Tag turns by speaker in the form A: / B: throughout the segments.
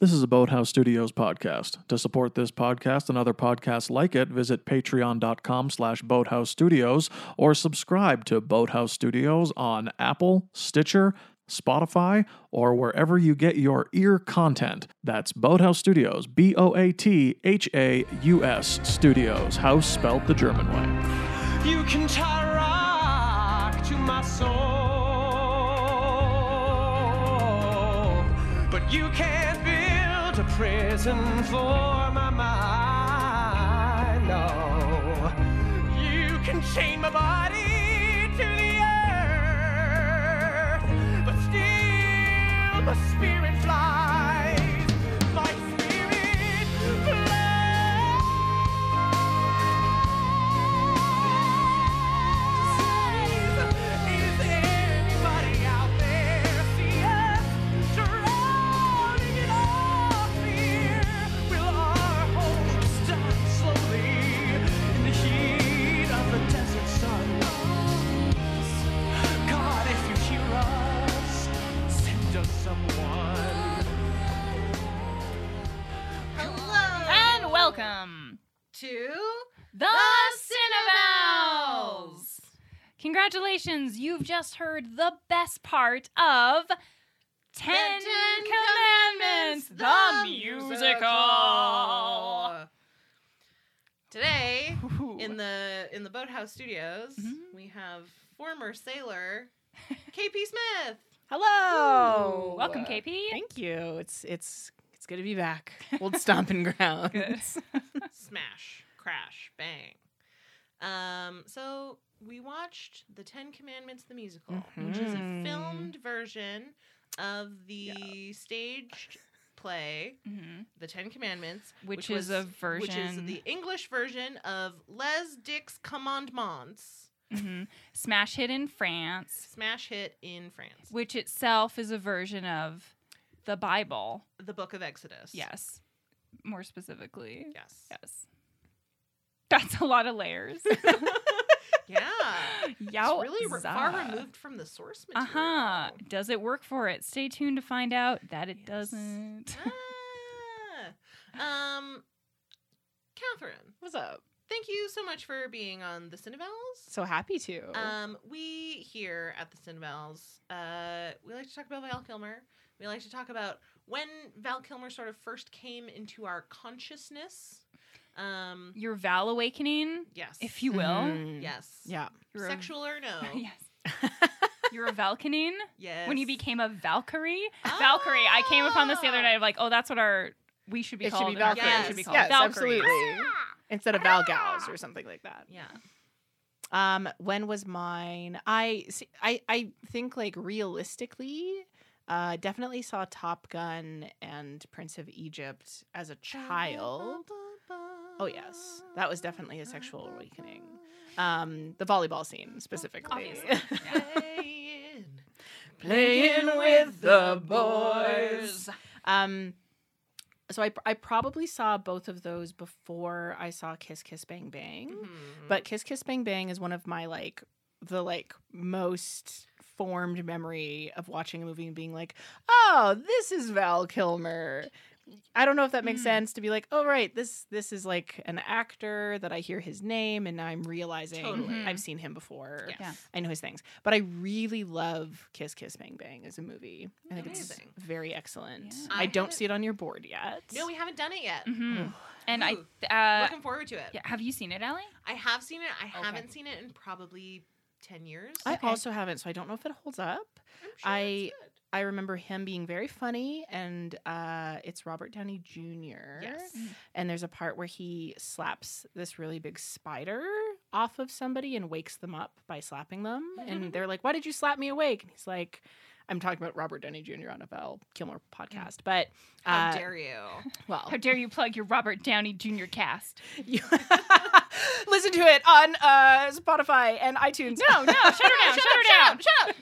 A: This is a Boathouse Studios podcast. To support this podcast and other podcasts like it, visit patreon.com slash boathouse studios or subscribe to Boathouse Studios on Apple, Stitcher, Spotify, or wherever you get your ear content. That's Boathouse Studios, B O A T H A U S Studios, house spelt the German way.
B: You can tie a rock to my soul, but you can't build a prison for my mind. No, you can chain my body to the earth, but still my spirit flies. My spirit flies. Is anybody out there see us drowning in our fear? Will our hopes die slowly in the heat of the desert sun? God, if you hear us, send us someone.
C: And welcome
D: to
C: the Cinnavals! Congratulations, you've just heard the best part of Ten,
D: Ten
C: Commandments, the musical.
D: Today,
C: Ooh.
D: in the in the boathouse studios,
C: Mhm.
D: we have former sailor KP Smith.
E: Hello.
C: Welcome, KP.
E: Thank you. It's it's it's good to be back. Old stomping ground.
D: Smash, crash, bang. Um, so we watched The Ten Commandments the musical, which is a
E: Mhm.
D: filmed version of the staged play
C: Mhm.
D: The Ten Commandments,
C: Which is a
D: which is
C: version-
D: the English version of Les Dix Commandements.
C: Mhm. Smash hit in France,
D: smash hit in France.
C: which itself is a version of the Bible.
D: the Book of Exodus.
C: Yes, more specifically.
D: Yes.
C: Yes. That's a lot of layers.
D: Yeah.
C: Yow.
D: it's really re- far removed from the source
C: Uh
D: material.
C: huh. Does it work for it? Stay tuned to find out that it
D: Yes.
C: doesn't.
D: Ah. Um, Catherine,
E: What's up?
D: thank you so much for being on the Cinevals.
E: So happy to.
D: Um, we here at the Cinevals, uh, we like to talk about Val Kilmer. We like to talk about when Val Kilmer sort of first came into our consciousness. Um,
C: Your Val awakening,
D: yes.
C: if you will.
E: Mhm.
D: Yes.
E: Yeah.
C: Your
D: Sexual or no?
C: yes. Your Valkening.
D: Yes.
C: When you became a Valkyrie.
E: Ah.
C: Valkyrie. I came upon this the other
D: Ah.
C: night. I'm like, oh, that's what our we should be
E: It should
C: called.
E: be
C: in our
E: Valkyries.
C: group.
D: Valkyrie.
C: It should be
E: Yes,
C: called Valkyries.
E: absolutely. Instead of Valgals or something like that.
D: Yeah.
E: Um, when was mine? I see, I I think like realistically, uh, definitely saw Top Gun and Prince of Egypt as a child. Oh yes, that was definitely a sexual awakening. Um, the volleyball scene specifically.
C: Uh-huh. Obviously. Yeah.
D: Playing,
E: Um, so I pr- I probably saw both of those before I saw Kiss Kiss Bang Bang.
D: Mhm.
E: Hmm. But Kiss Kiss Bang Bang is one of my like the like most formed memory of watching a movie and being like, "Oh, this is Val Kilmer." I don't know if that makes
D: Hmm.
C: Mm.
E: sense to be like, "Oh, right, this this is like an actor that I hear his name and now I'm realizing
D: Totally.
E: I've seen him before.
D: Yes.
C: Mm-hmm. Yeah.
E: I know his things." But I really love Kiss Kiss Bang Bang as a movie. I think
D: Amazing.
E: it's very excellent.
C: Yeah.
E: I,
D: I
E: don't
D: haven't-
E: see it on your board yet.
D: No, we haven't done it yet.
E: Mm-hmm.
C: hmm And I,
D: Ooh.
C: uh,
D: Looking forward to it.
C: yeah, have you seen it, Allie?
D: I have seen it. I
C: Okay.
D: haven't seen it in probably ten years.
E: I
C: Okay.
E: also haven't, so I don't know if it holds up.
D: I'm sure
E: I-
D: it's good.
E: I remember him being very funny, and uh, it's Robert Downey Jr.
D: Yes.
E: And there's a part where he slaps this really big spider off of somebody and wakes them up by slapping them.
D: Mm-hmm.
E: And they're like, Why did you slap me awake? And he's like, I'm talking about Robert Downey Jr. on a Val Kilmer podcast. But,
D: Mm. How
E: uh,
D: dare you?
E: well,
C: How dare you plug your Robert Downey Jr. cast?
E: you- listen to it on uh, Spotify and iTunes.
C: No, no, shut her down, shut her down, shut up.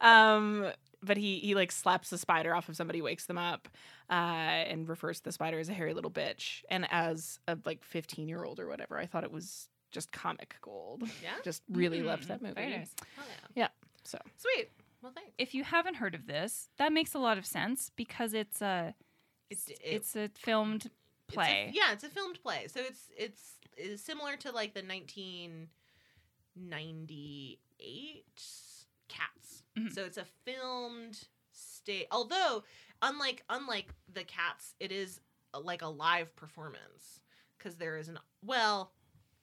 E: um but he he like slaps the spider off of somebody wakes them up uh and refers to the spider as a hairy little bitch and as a like 15 year old or whatever i thought it was just comic gold
D: Yeah.
E: just really
C: Mhm.
E: loved that movie
C: Very nice.
D: Hell yeah.
E: Yeah, so.
D: Sweet. Well, thanks.
C: if you haven't heard of this, that makes a lot of sense because it's a
D: It's- it-
C: it's a filmed
D: It's a-
C: play.
D: yeah, it's a filmed play. So it's it's, it's similar to like the 1998 Cats.
E: Mm-hmm.
C: Mhm.
D: So it's a filmed state. Although unlike unlike the Cats, it is uh, like a live performance because there is an well.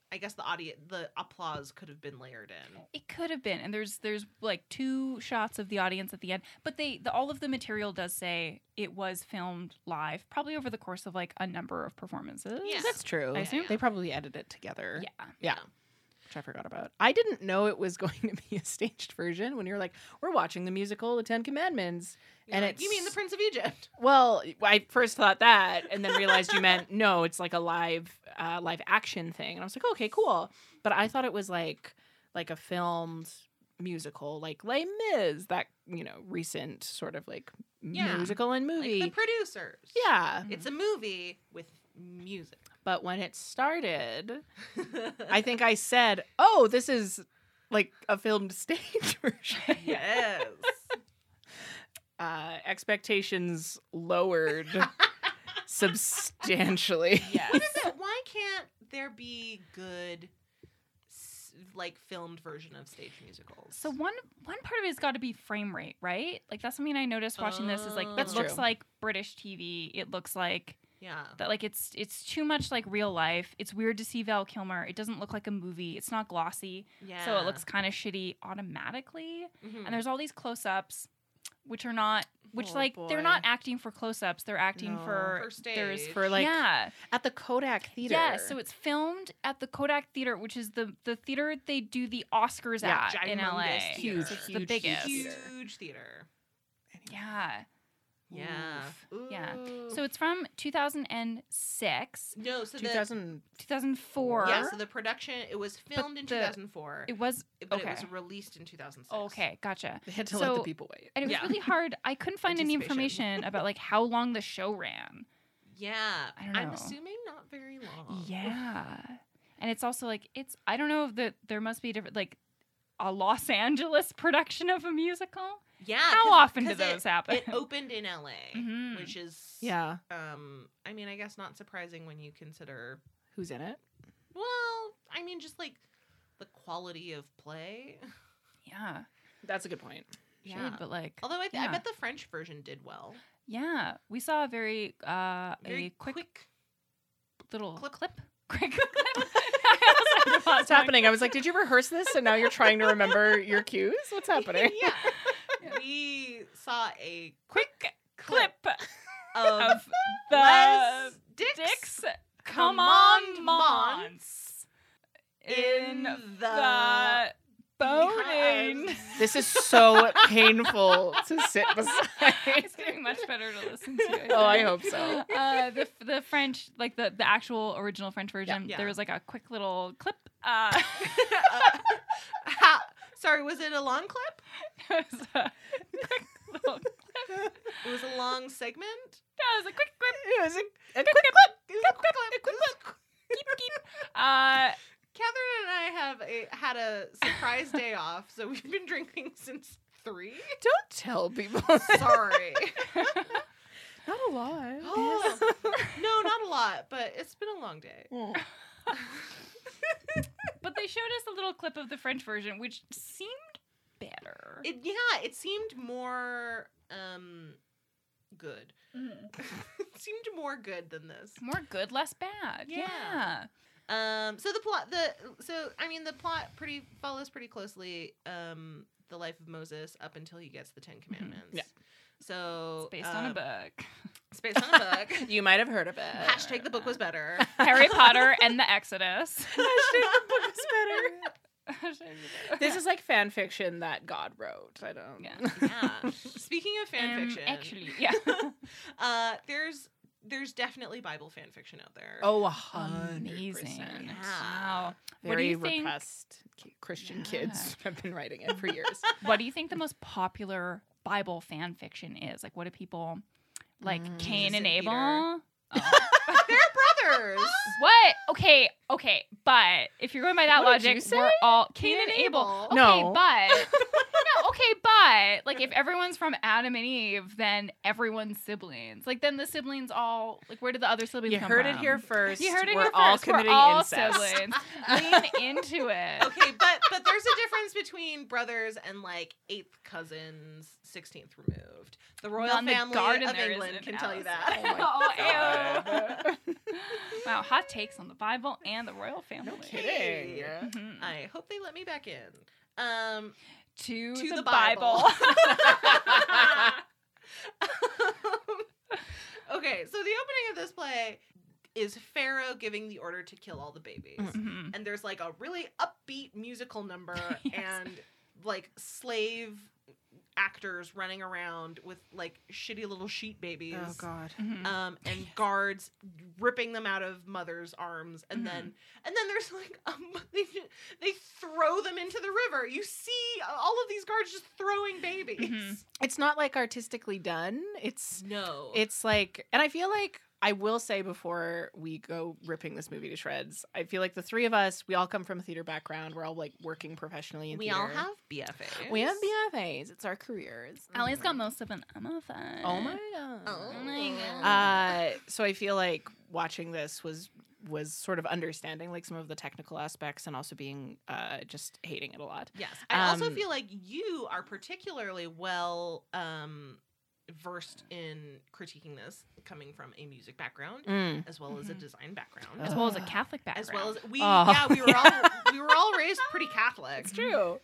D: I guess the audience, the applause could have been layered in.
C: It could have been, and there's there's like two shots of the audience at the end, but they the, all of the material does say it was filmed live, probably over the course of like a number of performances.
D: Yeah.
E: That's true.
C: I assume.
E: They probably edited it together.
C: yeah.
E: Which I forgot about. I didn't know it was going to be a staged version when you're like, we're watching the musical The Ten Commandments.
D: You're
E: And
D: like, you mean the
E: it's-
D: Prince of Egypt?
E: Well, I first thought that and then realized you meant no, it's like a live uh, live action thing. And I was like, okay, cool. But I thought it was like like a filmed musical, like Les Mis, that you know, recent sort of like
D: Yeah.
E: musical and movie.
D: Like the producers.
E: yeah.
D: it's a movie with music.
E: But when it started, I think I said, "Oh, this is like a filmed stage version."
D: yes.
E: Uh, expectations lowered substantially.
D: What is it? Why can't there be good, s- like filmed version of stage musicals?
C: So one one part of it's got to be frame rate, right? Like that's something I noticed watching this is like
D: That's
C: it looks
E: true.
C: like British TV. It looks like
D: yeah,
C: that like it's it's too much like real life. It's weird to see Val Kilmer. It doesn't look like a movie. It's not glossy.
D: yeah.
C: So it looks kind of shitty automatically.
D: Mhm.
C: And there's all these close-ups which are not which
E: Mm. Oh,
C: like they're
E: boy.
C: not acting for close-ups. They're acting
E: No.
C: for
D: For stage.
C: there's
E: For like
C: yeah.
E: at the Kodak Theater.
C: Yeah, so it's filmed at the Kodak Theater, which is the the theater they do the Oscars
E: Yeah,
C: at in LA.
D: Gigumongous
E: Huge,
C: It's the
E: huge,
C: biggest.
E: huge.
D: huge theater.
C: Yeah.
D: Yeah.
C: Oof. Yeah.
D: Ooh.
C: So it's from 2006,
D: no, so
E: two
D: the
E: 2000.
C: 2004.
D: yeah, so the production it was filmed in
C: the-
D: 2004,
C: it was
D: but it
C: okay.
D: was released in 2006.
C: okay, gotcha.
E: They had to let
C: So-
E: the people wait.
C: And it was
D: Yeah.
C: really hard. I couldn't find any
D: Anticipation.
C: information about like how long the show ran.
D: Yeah,
C: I don't
D: I'm
C: know.
D: assuming not very long.
C: Yeah. And it's also like it's I don't know if that there must be different like a Los Angeles production of a musical.
D: yeah.
C: How
D: 'cause-
C: often do
D: 'cause it-
C: those happen?
D: It opened in LA,
C: Mhm.
D: which is
E: Yeah.
D: Um, I mean, I guess not surprising when you consider
E: Who's in it?
D: Well, I mean, just like the quality of play.
C: yeah.
E: That's a good point.
C: Shade, but like
D: Although I, th-
C: yeah.
D: I bet the French version did well.
C: yeah, we saw a very uh a
D: Very
C: quick,
D: quick.
C: little
D: clip.
C: Quick clip. I also had to pause
E: What's
C: my-
E: happening? I was like, did you rehearse this? And now you're trying to remember your cues? What's happening?
D: yeah. We saw a
C: Quick clip
D: of
C: of the
D: Les Dix,
C: dicks
D: commandments
C: commandments
D: in
C: in
D: the
C: the boning.
D: beehives.
E: This is so painful to sit beside.
C: It's getting much better to listen to.
E: Oh, I
C: think.
E: hope so.
C: Uh, the the French, like the, the actual original French version,
D: Yeah.
C: there was like a quick little clip. Uh,
D: Uh, how- sorry, was it a long clip?
C: it was a quick little clip.
D: It was a long segment.
C: That was a quick clip.
E: It was a, a quick
D: It was a quick clip. It was a quick-
C: Keep keep. Uh,
D: Catherine and I have a, had a surprise day off, so we've been drinking since three.
E: Don't tell people.
D: Sorry.
E: Not a lot.
D: Oh. no, not a lot, but it's been a long day.
C: Oh. but they showed us a little clip of the French version, which seemed better.
D: It yeah, it seemed more um good.
C: Mm.
D: it seemed more good than this.
C: More good, less bad.
D: Yeah. Um so the plot the so I mean the plot pretty follows pretty closely um the life of Moses up until he gets the 10 commandments.
E: Yeah.
D: So
C: Mm-hmm. It's based on a
D: um,
C: book.
D: It's based on a book.
E: You might have heard of it.
D: Hashtag the book was better.
C: Harry Potter and the Exodus.
E: the book was better. This is like fan fiction that God wrote. I don't.
C: Yeah.
D: yeah. Speaking of
C: Um,
D: fan fiction,
C: Actually, yeah.
D: uh, there's there's definitely Bible fan fiction out there.
E: Oh, a
C: Amazing.
D: Yeah.
C: Wow.
E: Very
C: Um, What do you think-
E: repressed ki- Christian
C: Yeah.
E: kids have been writing it for years.
C: What do you think the most popular Bible fan fiction is? Like, what do people like
E: Mm.
C: Cain
D: Jesus
C: and
D: and
C: Abel?
D: Peter.
C: Oh.
D: They're brothers.
C: What? Okay, okay, but if you're going by that
E: What did you
C: logic,
E: say?
C: we're all Cain
D: Cain
C: and
D: and
C: Abel. Okay,
D: Abel.
E: No.
C: but no, okay, but like if everyone's from Adam and Eve, then everyone's siblings. Like then the siblings all like where did the other siblings
E: You
C: come
E: heard it
C: from?
E: here first.
C: You heard it
E: We're
C: here
E: all
C: first.
E: committing
C: we're all
E: incest.
C: siblings. Lean into it.
D: okay, but but there's a difference between brothers and like eighth cousins, sixteenth removed. The royal
C: Not in the
D: family
C: garden
D: of
C: there
D: England
C: isn't
D: can
C: an
D: tell you
C: Alice.
D: that.
C: Oh, ew. wow, hot takes on the Bible and the royal family.
E: Kidding.
C: Mhm.
D: I hope they let me back in. Um,
C: to,
D: to
C: the,
D: the,
C: Bible.
D: okay, so the opening of this play is Pharaoh giving the order to kill all the babies.
E: Mm.
C: Mhm.
D: And there's like a really upbeat musical number
C: Yes.
D: and like slave actors running around with like shitty little sheet babies.
E: Oh God.
C: Mhm.
D: um, and guards ripping them out of mother's arms, and
E: Mm-hmm.
D: then and then there's like um, they they throw them into the river. You see all of these guards just throwing babies.
C: Mhm.
E: It's not like artistically done. It's
D: No,
E: Mm-hmm. it's like, and I feel like I will say before we go ripping this movie to shreds, I feel like the three of us, we all come from a theater background. We're all like working professionally in
D: we
E: theater.
D: all have BFAs.
E: we have BFAs. It's our careers.
C: Allie's got most of an MFA.
E: Oh my god.
D: Oh
C: my God.
E: Uh, so I feel like watching this was was sort of understanding like some of the technical aspects and also being uh just hating it a lot.
D: Yes, I also
E: Um,
D: feel like you are particularly well um, versed in critiquing this, coming from a music background
E: Mm.
D: as well as a
E: Mm-hmm.
C: Mhm.
D: design background.
C: As well as a
E: Ugh.
C: Catholic background.
D: as well as we,
E: Oh,
D: yeah, we were
E: yeah.
D: all we were all raised pretty Catholic.
E: It's true.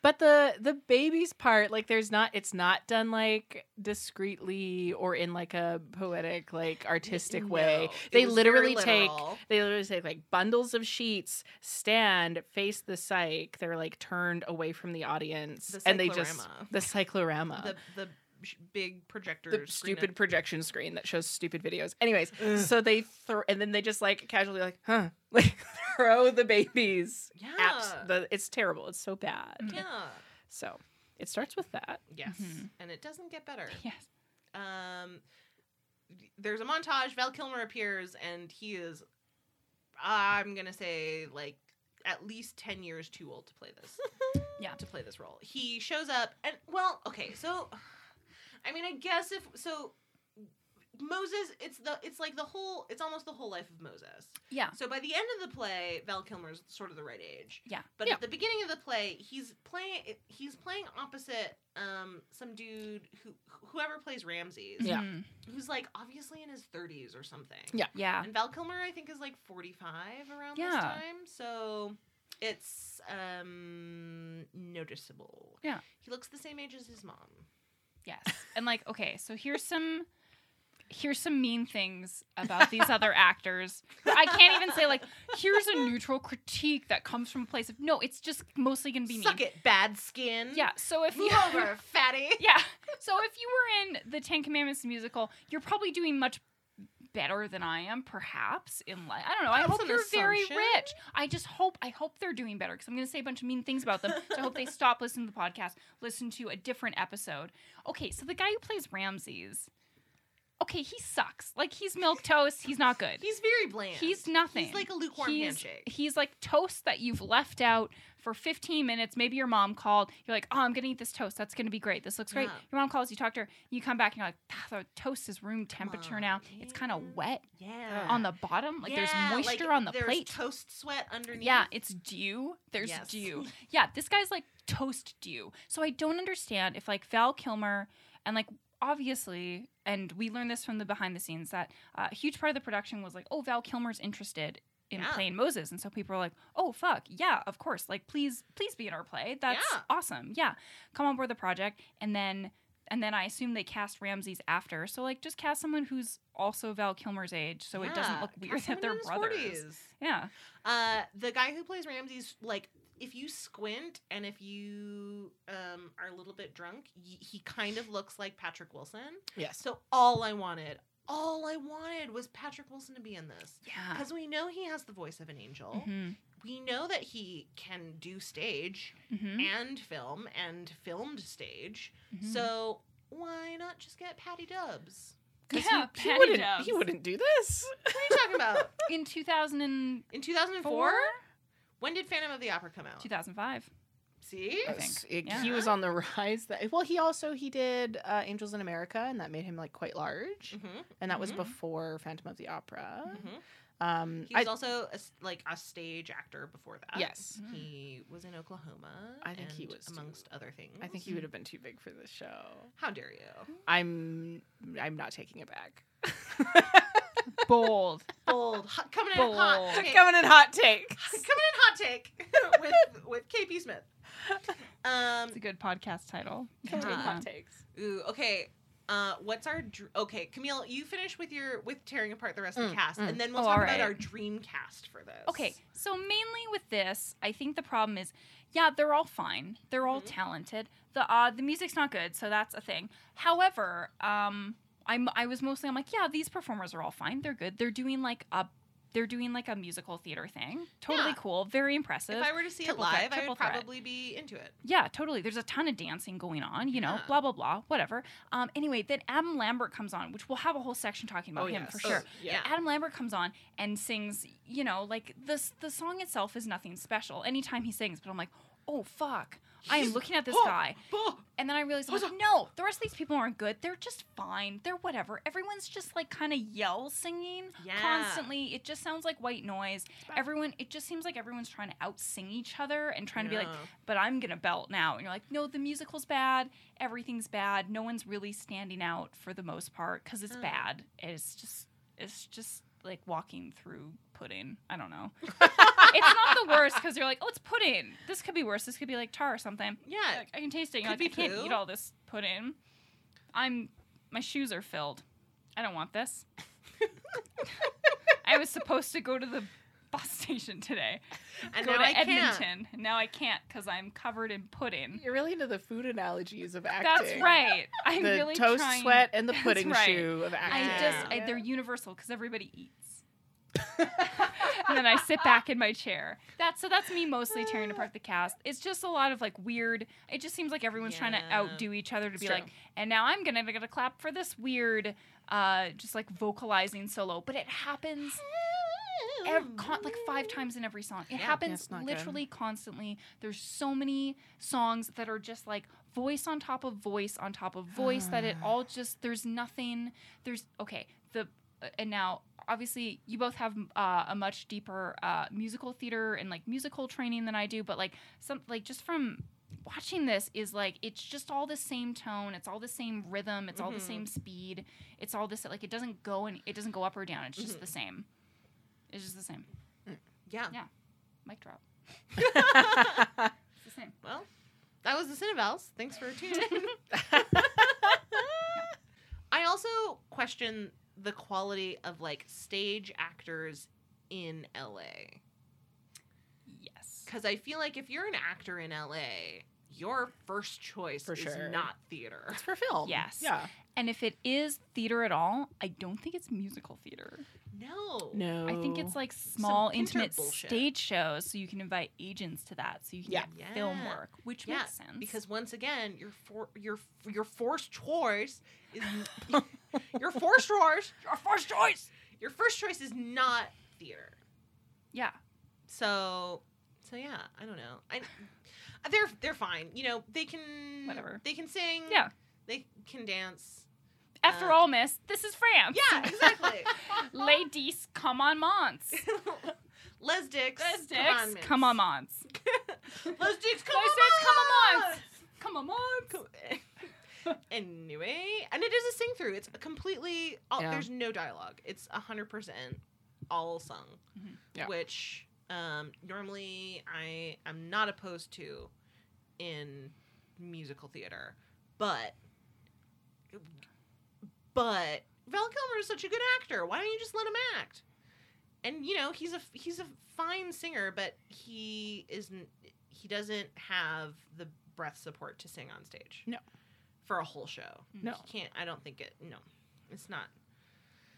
E: But the the baby's part, like there's not it's not done like discreetly or in like a poetic, like artistic way.
D: No, it
E: They
D: was very
E: literally take
D: literal.
E: they literally take like bundles of sheets, stand, face the psych. They're like turned away from the audience.
D: The
E: and they just
D: cyclorama.
E: the cyclorama.
D: the the sh- big projector
E: uh, the
D: screen
E: stupid
D: up-
E: projection screen that shows stupid videos. Anyways, so they throw and then they just like casually like, huh, like throw the babies.
D: yeah
E: Abs- the, it's terrible. It's so bad.
D: yeah
E: So it starts with that.
D: yes
E: Mm-hmm.
C: Mhm.
D: and it doesn't get better
C: Yes.
D: um there's a montage val kilmer appears and he is i'm gonna say like at least 10 years too old to play this
C: Yeah.
D: to play this role he shows up and well okay so i mean i guess if so moses it's the it's like the whole it's almost the whole life of moses
C: Yeah.
D: So by the end of the play, Val Kilmer's sort of the right age.
C: Yeah.
D: But
E: Yeah.
D: at the beginning of the play, he's playing he's playing opposite um some dude who whoever plays Ramses,
E: Yeah.
C: Mhm.
D: who's like obviously in his 30s or something.
E: Yeah.
C: Yeah.
D: And Val Kilmer I think is like 45 around
C: Yeah.
D: this time. So it's um noticeable.
C: Yeah.
D: He looks the same age as his mom.
C: Yes. And like, okay, so here's some here's some mean things about these other actors. I can't even say like here's a neutral critique that comes from a place of no, it's just mostly gonna be
D: Suck
C: mean.
D: it, bad skin.
C: Yeah. So if
D: Move
C: you
D: over, fatty.
C: Yeah. So if you were in the Ten Commandments musical, you're probably doing much better than I am, perhaps. In life, I don't know. I
D: That's
C: hope
D: an
C: you're very
D: assumption.
C: rich. I just hope I hope they're doing better because I'm going to say a bunch of mean things about them. So I hope they stop listening to the podcast, listen to a different episode. Okay, so the guy who plays Ramses, okay, he sucks. Like he's milk toast. He's not good.
D: He's very bland.
C: He's nothing.
D: He's like a lukewarm
C: He's-
D: handshake.
C: He's like toast that you've left out for 15 minutes. Maybe your mom called. You're like, oh, I'm going to eat this toast. That's going to be great. This looks great.
D: Yeah.
C: Your mom calls. You talk to her. You come back and you're like, ah, the toast is room temperature now. It's kind of
D: yeah.
C: wet
D: Yeah.
C: on the bottom. Like
D: Yeah,
C: there's
D: like,
C: moisture on the
D: there's
C: plate.
D: Toast sweat underneath.
C: yeah, it's dew. There's
D: Yes.
C: dew. Yeah, this guy's like toast dew. So I don't understand if like Val Kilmer and like obviously, and we learned this from the behind the scenes that uh, a huge part of the production was like, oh, Val Kilmer's interested in
D: Yeah.
C: playing Moses, and so people are like, oh fuck, yeah, of course, like please, please be in our play. That's
D: Yeah.
C: awesome. Yeah, come on board the project, and then. And then I assume they cast Ramses after. So, like, just cast someone who's also Val Kilmer's age so it doesn't
D: Yeah,
C: look weird
D: cast
C: that
D: someone
C: they're
D: in his
C: brothers.
D: 40s.
C: Yeah.
D: Uh, the guy who plays Ramses, like, if you squint and if you um, are a little bit drunk, y- he kind of looks like Patrick Wilson.
E: Yes.
D: So all I wanted, all I wanted was Patrick Wilson to be in this.
C: Yeah.
D: Because we know he has the voice of an angel.
C: Mhm.
D: We know that he can do stage
C: Mhm.
D: and film and filmed stage.
C: Mhm.
D: So why not just get Patty Dubs?
E: 'Cause
C: Yeah,
E: he, he
C: Patty
E: wouldn't.
C: Dubs.
E: He wouldn't do this.
D: What are you talking about?
C: in 2000 and
D: In 2004?
C: Four?
D: When did Phantom of the Opera come out?
C: 2005.
D: See?
C: I think.
E: S- it-
C: Yeah.
E: He was on the rise. That well, he also he did uh, Angels in America, and that made him like quite large.
D: Mm-hmm.
E: And that was
D: Mhm.
E: before Phantom of the Opera.
D: Mm-hmm.
E: Um,
D: He
E: I,
D: was also a, s- like a stage actor before that.
E: yes,
C: Mhm.
D: He was in Oklahoma.
E: I think he
D: and
E: was too.
D: amongst other things.
E: I think he would have been too big for this show.
D: How dare you?
E: I'm I'm not taking it back.
C: Bold.
D: Bold, hot, coming in hot,
C: Bold.
D: okay.
E: Coming in hot takes.
D: coming in hot take with with KP Smith. Um,
C: It's a good podcast title.
E: Coming in
D: Yeah.
E: hot takes.
D: Ooh, okay. Uh, what's our dr- okay, Camille? You finish with your with tearing apart the rest of the
E: Mm,
D: cast,
E: mm.
D: and then we'll
C: Oh,
D: talk
C: alright.
D: about our dream cast for this.
C: Okay, so mainly with this, I think the problem is, yeah, they're all fine. They're all
D: Mhm.
C: talented. The uh, the music's not good, so that's a thing. However, um, I'm I was mostly I'm like, yeah, these performers are all fine. They're good. They're doing like a they're doing like a musical theater thing. Totally
D: Yeah.
C: cool. Very impressive.
D: If I were to see it
C: Triple threat,
D: live, I
C: triple
D: would
C: threat.
D: probably be into it.
C: Yeah, totally. There's a ton of dancing going on, you know,
D: Yeah.
C: blah, blah, blah, whatever. Um, anyway, then Adam Lambert comes on, which we'll have a whole section talking about
E: Oh,
C: him
E: yes.
C: for
E: Oh,
C: sure.
D: yeah.
C: Adam Lambert comes on and sings, you know, like the, the song itself is nothing special anytime he sings, but I'm like, oh, fuck. I am looking at this
D: Oh,
C: guy.
D: oh,
C: And then I realized, I'm
D: What's
C: like, no, the rest of these people aren't good. They're just fine. They're whatever. Everyone's just like kind of yell singing
D: Yeah.
C: constantly. It just sounds like white noise. Everyone, it just seems like everyone's trying to out sing each other and trying to be like,
D: Yeah.
C: but I'm going to belt now. And you're like, no, the musical's bad. Everything's bad. No one's really standing out for the most part because it's
D: Oh.
C: bad. It's just, it's just like walking through pudding. I don't know. it's not the worst because you're like, oh, it's pudding. This could be worse. This could be like tar or something.
D: yeah.
C: Like, I can taste it. You're
D: Could
C: like,
D: be
C: I can't
D: poo.
C: eat all this pudding. I'm my shoes are filled. I don't want this. I was supposed to go to the bus station today.
D: And
C: go
D: now
C: to
D: I
C: Edmonton.
D: can't.
C: and Now I can't because I'm covered in pudding.
E: You're really into the food analogies of acting.
C: That's right. I'm
E: the
C: really
E: toast
C: trying.
E: sweat and the
C: That's
E: pudding
C: right.
E: shoe of acting.
C: I just I,
E: Yeah.
C: they're universal because everybody eats. and then I sit back in my chair. That's so that's me mostly tearing apart the cast. It's just a lot of like weird. It just seems like everyone's trying to
D: Yeah.
C: outdo each other to be
E: true.
C: like, and now I'm gonna get a clap for this weird, uh, just like vocalizing solo. But it happens
E: Oh,
C: ev- con- like five times in every song. It happens
E: it's not good.
C: literally constantly. There's so many songs that are just like voice on top of voice on top of voice that
E: Ah.
C: it all just there's nothing. There's okay the uh, and now obviously you both have uh, a much deeper uh, musical theater and like musical training than I do, but like some like just from watching this is like it's just all the same tone it's all the same rhythm it's all the
D: Mhm.
C: same speed it's all this like it doesn't go and it doesn't go up or down it's just
D: Mhm.
C: the same it's just the same
D: Yeah.
C: mic drop. It's the same.
D: Well, that was the Cinevals. Thanks for tuning in. I also question the quality of like stage actors in LA.
C: Yes.
D: Because I feel like if you're an actor in LA, your first choice
E: For
D: is
E: sure.
D: not theater.
E: for film.
C: Yes.
E: Yeah.
C: And if it is theater at all, I don't think it's musical theater.
D: No.
E: No.
C: I think it's like small,
D: pinter
C: intimate
D: bullshit.
C: stage shows, so you can invite agents to that, so you can
E: Yeah.
C: get film
D: Yeah.
C: work, which
D: Yeah,
C: makes sense.
D: Because once again, your for your your forced choice is your forced choice.
C: our first choice.
D: Your first choice is not theater.
C: Yeah.
D: So, so yeah, I don't know. I uh, they're they're fine. You know, they can
C: Whatever.
D: They can sing.
C: Yeah.
D: They can dance.
C: After
D: Uh,
C: all, miss, this is France.
D: Yeah, exactly.
C: Ladies, come on, Mons.
D: Les Dix.
C: Guys, dicks,
D: miss.
C: come on, Mons.
D: Les Dix, come
C: Guys, dicks,
D: on.
C: come on, Come on, Mons.
D: Come- anyway, and it is a sing through. It's completely all,
E: Yeah.
D: there's no dialogue. It's hundred percent all sung,
C: Mhm.
E: Mm-hmm. Yeah.
D: which um, normally I am not opposed to in musical theater, but but Val Kilmer is such a good actor. Why don't you just let him act? And you know he's a he's a fine singer, but he isn't. He doesn't have the breath support to sing on stage.
E: No.
D: for a whole show.
E: No.
D: he can't. I don't think it. No, it's not.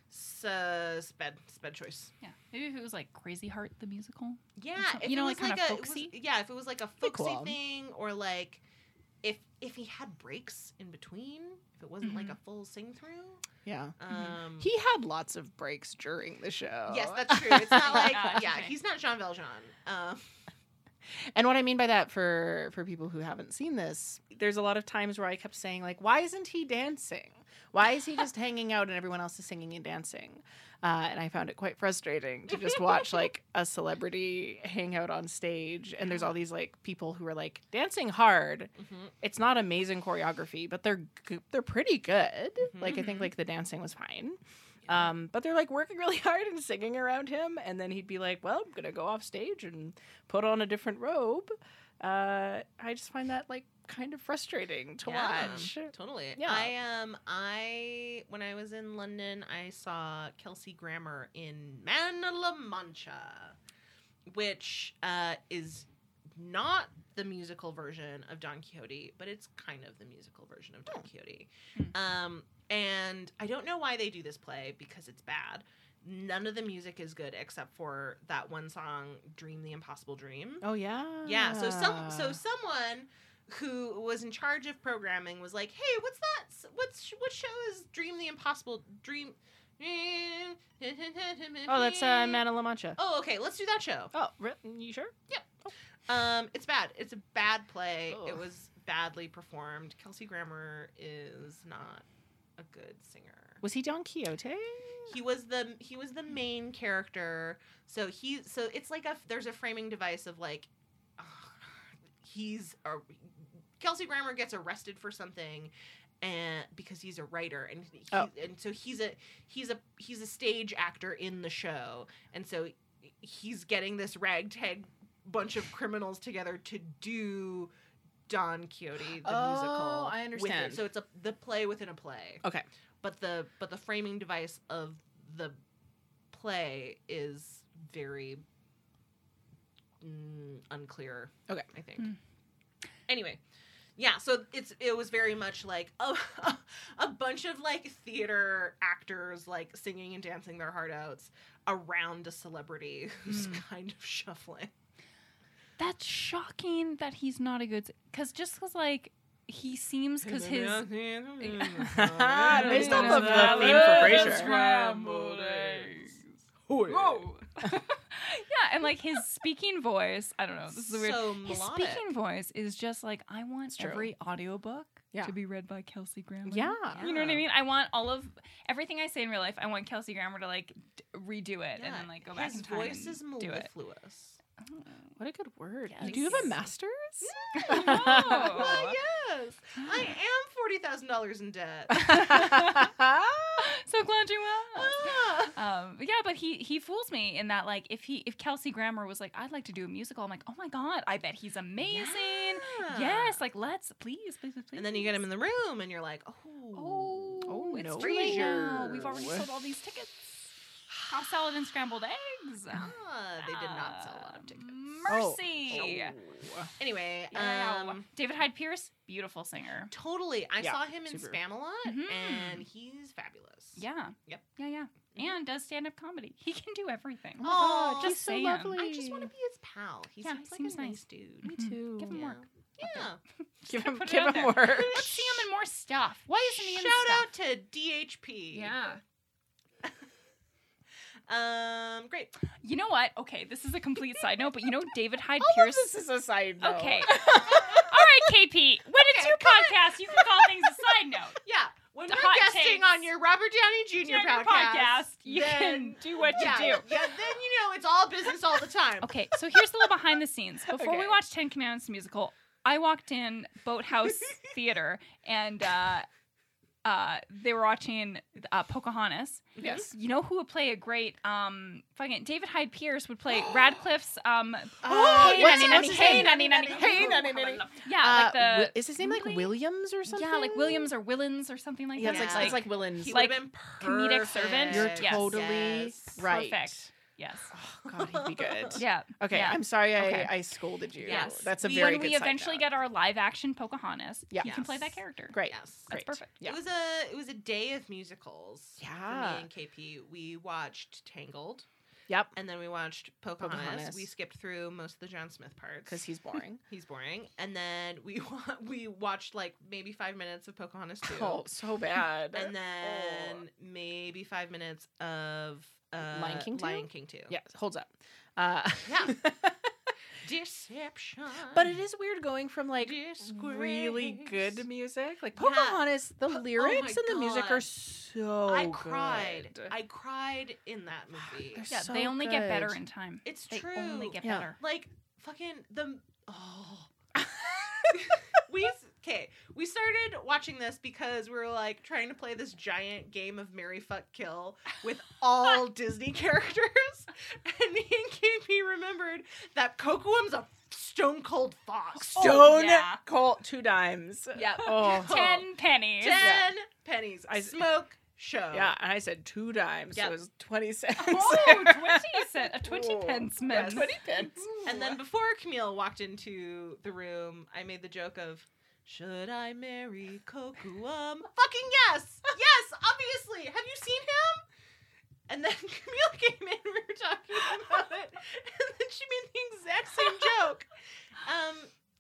D: So sped sped choice.
C: Yeah. Maybe if it was like Crazy Heart the musical.
D: Yeah,
C: some-
D: if
C: you know, like,
D: it was
C: kind
D: like,
C: of
D: a it was-
C: folksy?
D: yeah, if it was like a folksy
E: cool.
D: thing or like if if he had breaks in between, if it wasn't
C: Mm-hmm.
D: like a full sing through,
E: Yeah.
D: um,
E: He had lots of breaks during the show.
D: yes, that's true. It's not like
C: Oh Gosh,
D: yeah,
C: okay.
D: he's not Jean Valjean. Um,
E: And what I mean by that for for people who haven't seen this, there's a lot of times where I kept saying like, "Why isn't he dancing? Why is he just hanging out and everyone else is singing and dancing?" Uh, and I found it quite frustrating to just watch like a celebrity hang out on stage, and there's all these like people who are like dancing hard.
D: mhm.
E: It's not amazing choreography, but they're g- they're pretty good. Like I
C: Mhm.
E: think like the dancing was fine.
D: Yeah.
E: Um, but they're like working really hard and singing around him, and then he'd be like, "Well, I'm gonna go off stage and put on a different robe." Uh, I just find that like kind of frustrating to
D: Yeah.
E: watch.
D: Totally.
E: Yeah.
D: I um I when I was in London, I saw Kelsey Grammer in Man La Mancha, which uh is not the musical version of Don Quixote, but it's kind of the musical version of Don Quixote.
C: Hmm.
D: Um and I don't know why they do this play because it's bad. None of the music is good except for that one song Dream the Impossible Dream.
E: Oh yeah,
D: Yeah. So some
E: Ah.
D: so someone who was in charge of programming was like, "Hey, what's that? What's what show is Dream the Impossible Dream?"
E: oh,
D: Oh,
E: that's uh, Man of La Mancha.
D: Oh, okay. Let's do that show.
E: Oh, re- you sure?
D: Um, it's bad. It's a bad play. It
E: Ugh.
D: was badly performed. Kelsey Grammer is not a good singer.
E: Was he Don Quixote?
D: he was the he was the main character so he so it's like a there's a framing device of like ugh, he's a kelsey grammer gets arrested for something and because he's a writer and he,
E: Oh.
D: and so he's a he's a he's a stage actor in the show and so he's getting this ragtag bunch of criminals together to do Don Quixote the
E: Oh,
D: musical.
E: I
D: with it.
E: understand.
D: So it's a the play within a play
E: Okay.
D: but the but the framing device of the play is very mm, unclear.
E: Okay.
D: I think.
C: Hmm.
D: Anyway, yeah. So it's it was very much like a, a bunch of like theater actors like singing and dancing their heart outs around a celebrity who's
C: Hmm.
D: kind of shuffling.
C: That's shocking that he's not a good because just because like he seems because his
E: Based off of the theme for Frasier.
C: Whoa. yeah, and like his speaking voice, I don't know. This is a weird.
D: So
C: his
D: melodic.
C: speaking voice is just like I want
E: true.
C: every audiobook
E: Yeah.
C: to be read by Kelsey Grammer.
E: Yeah.
C: You know what I
D: Yeah.
C: mean? I want all of everything I say in real life. I want Kelsey Grammer to like d- redo it and then like go back
D: His
C: in time
D: voice
C: and
D: is
C: do it.
D: mellifluous.
E: What a good word.
C: Yes.
E: You do have a master's?
C: I know.
D: Well, yes, I am forty thousand dollars in debt.
C: so glad you asked.
D: Ah.
C: Um, but yeah, but he he fools me in that like if he if Kelsey Grammer was like I'd like to do a musical, I'm like oh my god, I bet he's amazing.
D: Yeah.
C: Yes, like let's please, please, please.
D: And then you get him in the room, and you're like, oh,
C: Oh,
E: Oh,
C: it's
E: no.
C: too late now. We've
E: Frasier.
C: already sold all these tickets. Hot salad and scrambled eggs. Uh,
D: Ah, they did not sell a lot of tickets.
E: Oh.
C: Mercy.
D: Anyway,
C: Yeah.
D: um,
C: David Hyde Pierce, beautiful singer.
D: totally. I
E: Yeah,
D: saw him in
E: super.
D: Spam a lot,
C: Mhm.
D: and he's fabulous.
C: Yeah.
D: Yep.
C: Yeah, yeah.
D: Mhm.
C: And does stand up comedy. He can do everything.
D: Oh my God,
C: just
E: he's so
C: saying.
E: lovely.
D: I just want to be his pal. He
C: Yeah,
D: seems like
C: seems
D: a nice,
C: nice.
D: dude.
E: Me
C: Mhm.
E: too.
C: Give him
D: yeah.
C: work.
D: Yeah.
E: Give
C: Gotta
E: him,
C: put it
E: give
C: out
E: him
C: there.
E: work.
C: Let's see him in more stuff. Why isn't he in
D: Shout
C: stuff?
D: out to DHP.
C: Yeah.
D: Um. Great.
C: You know what? Okay, this is a complete side note, but you know David Hyde
E: All of
C: Pierce.
E: this is a side note.
C: Okay. All right, KP. When it's your podcast, you can call things a side note.
D: Yeah. When
C: The
D: we're
C: hot
D: guesting
C: takes.
D: on your Robert Downey Jr.
C: During your podcast, you can do what you
D: yeah,
C: do.
D: Yeah, then you know it's all business all the time.
C: Okay, so here's the little behind the scenes. Before we
E: Okay.
C: watched Ten Commandments the musical, I walked in Boathouse Theater and uh, uh, they were watching uh, Pocahontas.
E: Yes.
C: You know who would play a great um fucking David Hyde Pierce would play Radcliffe's um
D: Uh,
C: Hey,
E: what's-
C: nanny,
E: what's
C: nanny,
E: his
C: hey,
E: name?
C: nanny, nanny,
E: Hey, nanny, nanny.
C: yeah, like
E: Uh,
C: the
E: Wi- is his name like
C: Willie?
E: Williams or something?
C: Yeah, like Williams or Willens or something like
E: Yeah,
C: that.
E: it's like,
D: Yeah.
E: it's like Willens.
D: He
C: like,
D: would have been
C: comedic servant.
D: perfect.
E: You're
C: Yes.
E: totally
D: Yes.
E: right.
C: Perfect. Yes.
E: Oh, God, he'd be good.
C: Yeah.
E: Okay,
C: Yeah.
E: I'm sorry I,
C: Okay.
E: I scolded you.
D: Yes.
E: That's a
C: We-
E: very
C: when
E: good
C: we
E: side
C: eventually
E: note.
C: get our live action Pocahontas,
E: Yeah.
C: you can play
D: Yes.
C: that character.
E: Great.
D: Yes.
C: That's
E: Great.
C: perfect.
E: Yeah.
D: It was a it was a day of musicals.
E: Yeah.
D: For me and KP, we watched Tangled.
E: Yep.
D: and then we watched Pocahontas.
E: Pocahontas.
D: We skipped through most of the John Smith parts
E: Because he's boring.
D: he's boring. And then we wa- we watched like maybe five minutes of Pocahontas too,
C: Oh,
E: so bad.
D: and then maybe five minutes of uh,
E: Lion King 2?
D: Lion King two.
E: yeah, holds up. Uh,
D: Yeah. Deception.
E: but it is weird going from like really good
D: Disgrace.
E: music, like
D: Yeah.
E: Pocahontas. The
D: Oh
E: lyrics
D: my
E: and the music are
D: God.
E: so.
D: I cried.
E: Oh, good.
D: I cried in that movie.
E: There's
C: Yeah,
E: so
C: they only get better
E: good.
C: in time.
D: It's
C: They
D: true.
C: only get
E: Yeah.
C: better.
D: like fucking the oh we okay we started watching this because we were like trying to play this giant game of Mary Fuck Kill with all Disney characters, and me and KP remembered that Cocoam's a stone cold fox.
C: Oh,
E: Stone
C: yeah.
E: Colt two dimes.
D: Yep.
E: Oh.
C: Ten pennies.
D: Ten pennies.
E: I-
D: I smoke show.
E: Yeah, and I said two dimes, so
D: Yep.
E: it was twenty cents.
C: Oh, 20 cent, a 20
E: Whoa.
C: pence
E: Yeah,
C: man.
E: twenty pence.
D: And then before Camille walked into the room, I made the joke of, "Should I marry Kokuam?" Fucking yes, yes, obviously. Have you seen him? And then Camille came in. We were talking about it, and then she made the exact same joke. Um,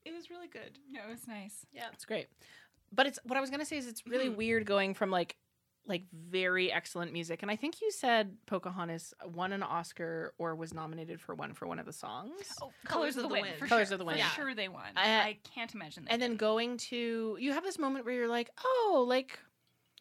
D: it was really good.
C: Yeah, it was nice.
E: It's great. But it's what I was gonna say is it's really
D: Mhm.
E: weird going from like like very excellent music. And I think you said Pocahontas won an Oscar or was nominated for one for one of the songs.
C: Oh, Colors, of the, Wind. For
E: Colours
C: sure.
E: of the Wind.
C: For
E: Yeah.
C: sure they won.
E: Uh,
C: I can't imagine they
E: And then
C: didn't.
E: going to you have this moment where you're like, oh, like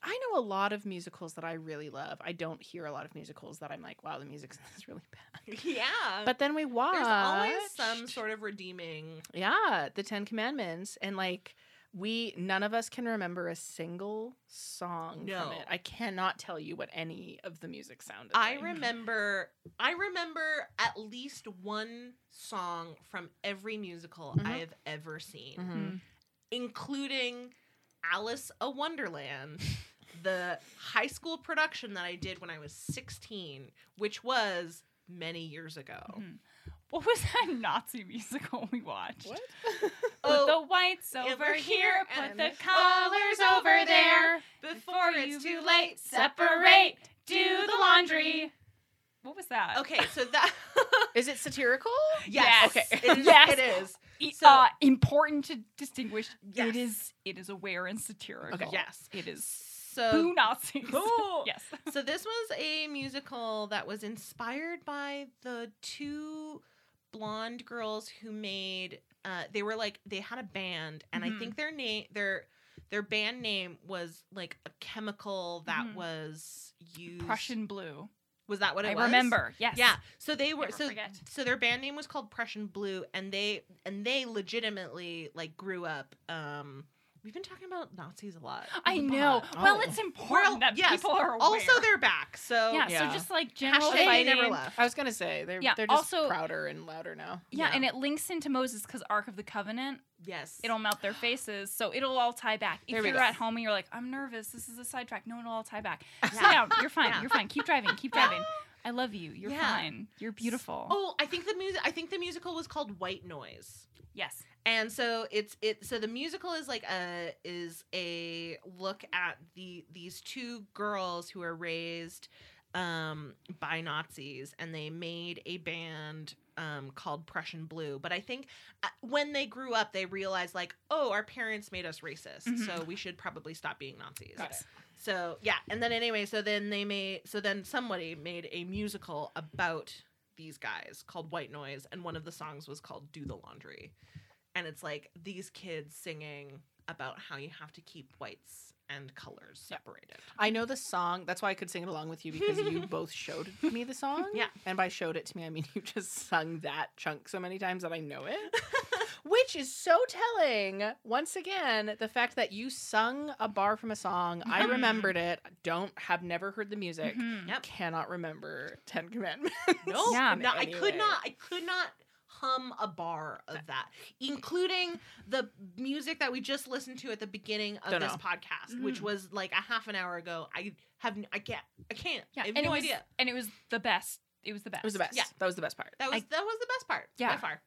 E: I know a lot of musicals that I really love. I don't hear a lot of musicals that I'm like, wow, the music's is really bad.
D: Yeah,
E: But then we watch.
D: Um, there's always some sort of redeeming.
E: Yeah, the Ten Commandments, and like we, none of us can remember a single song
D: No.
E: from it. I cannot tell you what any of the music sounded.
D: I
E: like.
D: remember I remember at least one song from every musical I
C: Mm-hmm.
E: Mhm.
D: have ever seen,
E: Mhm.
D: including Alice a Wonderland, the high school production that I did when I was 16, which was many years ago.
C: Mhm. What was that Nazi musical we watched?
E: What?
C: Put
D: Oh,
C: the whites
D: over
C: over here,
D: here
C: put
D: and
C: the
D: the
C: collars over there.
D: before it's too late,
C: separate, do the laundry. What was that?
D: Okay, so that
E: Is it satirical?
D: yes,
C: Yes.
D: it is,
C: Yes.
D: it is.
C: It-
D: so-
C: uh, important to distinguish. It
D: Yes.
C: is. It is aware and satirical.
E: Okay.
D: Yes.
C: It is.
D: So
C: Boo Nazis.
D: Boo.
C: yes.
D: so this was a musical that was inspired by the two blonde girls who made uh they were like they had a band and
C: Mhm.
D: i think their name their their band name was like a chemical that
C: Mhm.
D: was used
C: Prussian Blue.
D: was that what it
C: I
D: was
C: remember. Yes.
D: yeah so they were
C: Never
D: so
C: forget.
D: so their band name was called prussian blue and they and they legitimately like grew up um we've been talking about nazis a lot
C: I
D: Come
C: know.
D: on.
C: Well,
E: Oh.
C: it's important that
D: yes.
C: people are aware.
D: also they're back so
C: yeah,
E: Yeah.
C: So just like general
D: Hashtag they
C: fighting.
D: never left.
E: I was gonna say they're
C: Yeah,
E: they're just
C: also-
E: prouder and louder now.
C: Yeah,
D: Yeah.
C: and it links into Moses because Ark of the Covenant.
D: Yes.
C: It'll melt their faces, so it'll all tie back. If
E: There we
C: you're
E: go.
C: at home and you're like, I'm nervous. This is a sidetrack. No, it'll all tie back. Sit
D: Yeah.
C: down. You're fine.
D: Yeah.
C: You're fine. Keep driving. Keep driving. I love you. You're
D: Yeah.
C: fine. You're beautiful.
D: Oh, I think the music. I think the musical was called White Noise,
C: yes.
D: and so it's it. So the musical is like a is a look at the these two girls who are raised um by Nazis, and they made a band um called Prussian Blue. But I think uh, when they grew up, they realized like, oh, our parents made us racist,
C: Mhm.
D: so we should probably stop being Nazis.
E: Mm-hmm. Got it.
D: So yeah, and then anyway, so then they made so then somebody made a musical about these guys called White Noise, and one of the songs was called "Do the Laundry," and it's like these kids singing about how you have to keep whites and colors
E: Yeah.
D: separated.
E: I know the song. That's why I could sing it along with you because you both showed me the song.
D: Yeah.
E: And by showed it to me, I mean you just sung that chunk so many times that I know it, which is so telling. Once again, the fact that you sung a bar from a song, I
C: Mhm.
E: remembered it. Don't have never heard the music.
C: Mhm.
D: Mm-hmm. Yep.
E: Cannot remember Ten Commandments.
D: No,
C: Yeah.
D: no, I
E: in any
D: could
E: way.
D: not. I could not hum a bar of that, including the music that we just listened to at the beginning of
E: Don't
D: this
E: know.
D: podcast, which
C: Mhm.
D: was like a half an hour ago. I have, n- I can't, I can't.
C: Yeah.
D: I have
C: and
D: no
C: it was,
D: idea.
C: And it was the best. It was the best.
E: It was the best.
D: Yeah.
E: That was the best part.
D: That was that was the best part.
C: Yeah.
D: By far.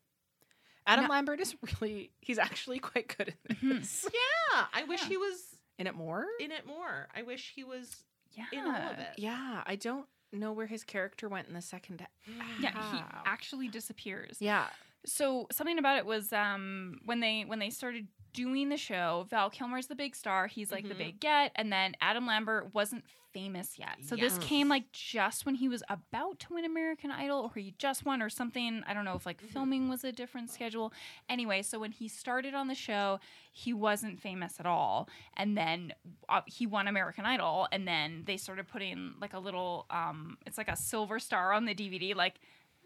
E: Adam
C: No.
E: Lambert is really, he's actually quite good in
D: Mm-hmm.
C: Mhm.
E: this.
D: Yeah. I wish
C: Yeah.
D: he was
E: In it more?
D: in it more. I wish he was
C: Yeah.
D: in all of it.
E: Yeah, I don't know where his character went in the second.
C: Yeah, he
E: Wow.
C: actually disappears.
E: Yeah.
C: So something about it was um, when they when they started doing the show, Val Kilmer's the big star. He's like the
D: Mhm.
C: big get, and then Adam Lambert wasn't famous yet. So this
D: Yes.
C: came like just when he was about to win American Idol, or he just won, or something. I don't know if like
D: Mhm.
C: filming was a different schedule. Anyway, so when he started on the show, he wasn't famous at all, and then uh, he won American Idol, and then they started putting like a little, um, it's like a silver star on the DVD, like.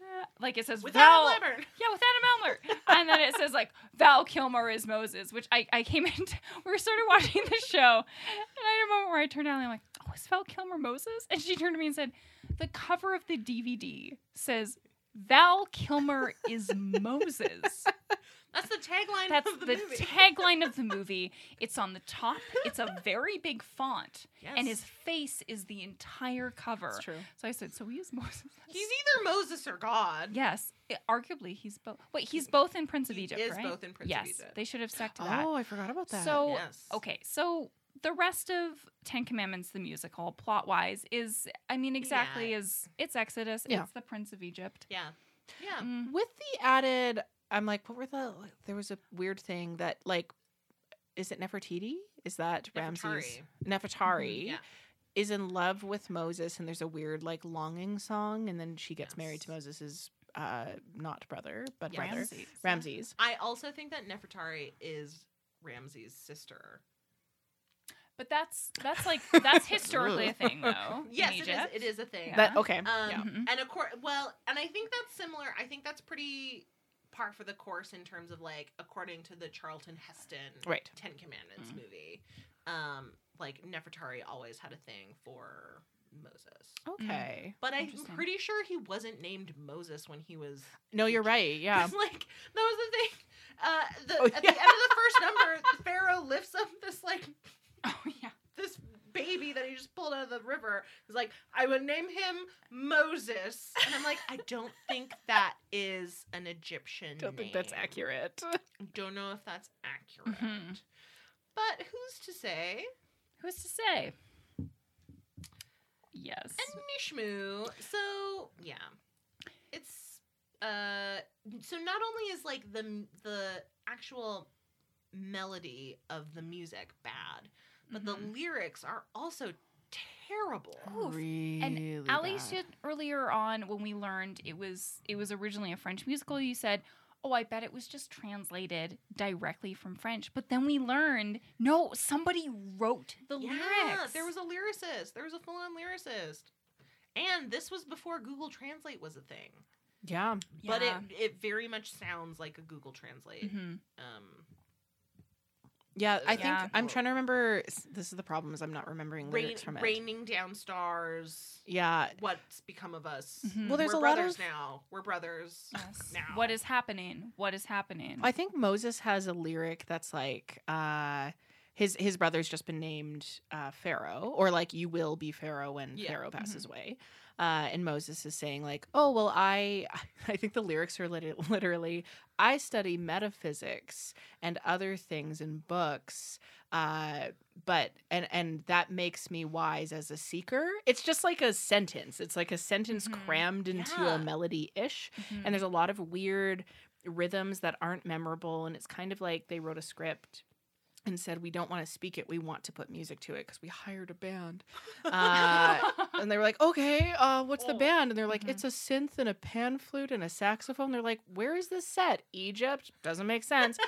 C: uh, Like it says
D: With
C: Val,
D: Adam Lambert.
C: yeah, with Adam Elmer. and then it says like Val Kilmer is Moses, which I, I came into we were sort of watching the show. And I had a moment where I turned down and I'm like, Oh, is Val Kilmer Moses? And she turned to me and said, The cover of the DVD says Val Kilmer is Moses.
D: That's the tagline
C: That's
D: of the,
C: the
D: movie.
C: tagline of the movie. It's on the top. It's a very big font,
D: yes.
C: and his face is the entire cover.
E: It's true.
C: So I said, "So he is Moses."
D: He's either Moses or God.
C: Yes, i- arguably he's both. Wait, he's both in Prince of
D: He
C: Egypt,
D: is
C: right?
D: both in Prince of
C: yes,
D: Egypt.
C: they should have stuck to that.
E: Oh, I forgot about that.
C: So
D: Yes.
C: okay, so the rest of Ten Commandments, the musical, plot wise, is I mean exactly
D: Yeah.
C: as it's Exodus,
E: Yeah.
C: it's the Prince of Egypt.
D: Yeah. Yeah.
C: Mm.
E: with the added, I'm like, what were the? Like, there was a weird thing that like, is it Nefertiti? Is that Ramses Nefertari?
D: Yeah.
E: Is in love with Moses, and there's a weird like longing song, and then she gets married to
D: Yes.
E: Moses's uh, not brother, but
D: Yes.
E: brother Ramses.
C: Ramses.
D: I also think that Nefertari is Ramses' sister.
C: But that's that's like that's historically a thing though.
D: Yes,
C: in
D: it is.
C: Egypt.
D: It is a thing.
E: That
C: Yeah.
E: okay?
D: Um,
E: yeah.
C: Mhm.
D: And of course, well, and I think that's similar. I think that's pretty par for the course in terms of like, according to the Charlton Heston
E: Right.
D: Ten Commandments
E: Mm-hmm.
C: Mm.
D: movie, um, like Nefertari always had a thing for Moses.
E: Okay.
D: But I'm
C: Interesting.
D: pretty sure he wasn't named Moses when he was
E: No, you're right. Yeah.
D: 'Cause, like that was the thing. Uh, the,
E: Oh,
D: At the end of the first number, Pharaoh lifts up this like
C: Oh yeah.
D: this baby that he just pulled out of the river. He's like, I would name him Moses, and I'm like, I don't think that is an Egyptian.
E: Don't think that's
D: name.
E: accurate.
D: Don't know if that's accurate.
C: Mhm.
D: But who's to say?
C: Who's to say? Yes.
D: And Nishmu. So yeah, it's uh. So not only is like the the actual melody of the music bad, but
C: Mhm.
D: the lyrics are also terrible.
C: Oof.
E: Really
C: Ali
E: bad.
C: said earlier on when we learned it was it was originally a French musical. You said, "Oh, I bet it was just translated directly from French." But then we learned, no, somebody wrote the lyrics.
D: there was a lyricist. There was a full on lyricist. And this was before Google Translate was a thing.
E: Yeah.
D: But it
C: Yeah.
D: it very much sounds like a Google Translate.
C: Mhm.
D: Um
E: Yeah, I
C: Yeah.
E: think I'm trying to remember. s- This is the problem is I'm not remembering
D: rain,
E: lyrics from it.
D: raining down stars.
E: Yeah,
D: What's become of us?
C: Mhm.
E: Well, there's
D: We're
E: a lot
D: brothers
E: of-
D: now. We're brothers.
C: Yes.
D: Now.
C: What is happening? What is happening?
E: I think Moses has a lyric that's like, uh, his his brother's just been named uh, Pharaoh, or like you will be Pharaoh when
D: Yeah. mm-hmm.
E: Pharaoh passes away. Uh, and Moses is saying like, oh well, I I think the lyrics are lit- literally, I study metaphysics and other things in books. Uh, but and and that makes me wise as a seeker. It's just like a sentence. It's like a sentence
C: Mhm.
E: crammed into
D: Mm-hmm. Yeah.
E: a melody ish
C: Mhm.
E: and there's a
D: Mm-hmm.
E: lot of weird rhythms that aren't memorable and it's kind of like they wrote a script and said we don't want to speak it we want to put music to it because we hired a band uh,
C: Mm-hmm.
E: and they were like okay uh, what's the
D: Oh.
E: band and they're like
C: Mhm.
E: it's a synth and a pan flute and a saxophone they're like where is this set egypt doesn't make sense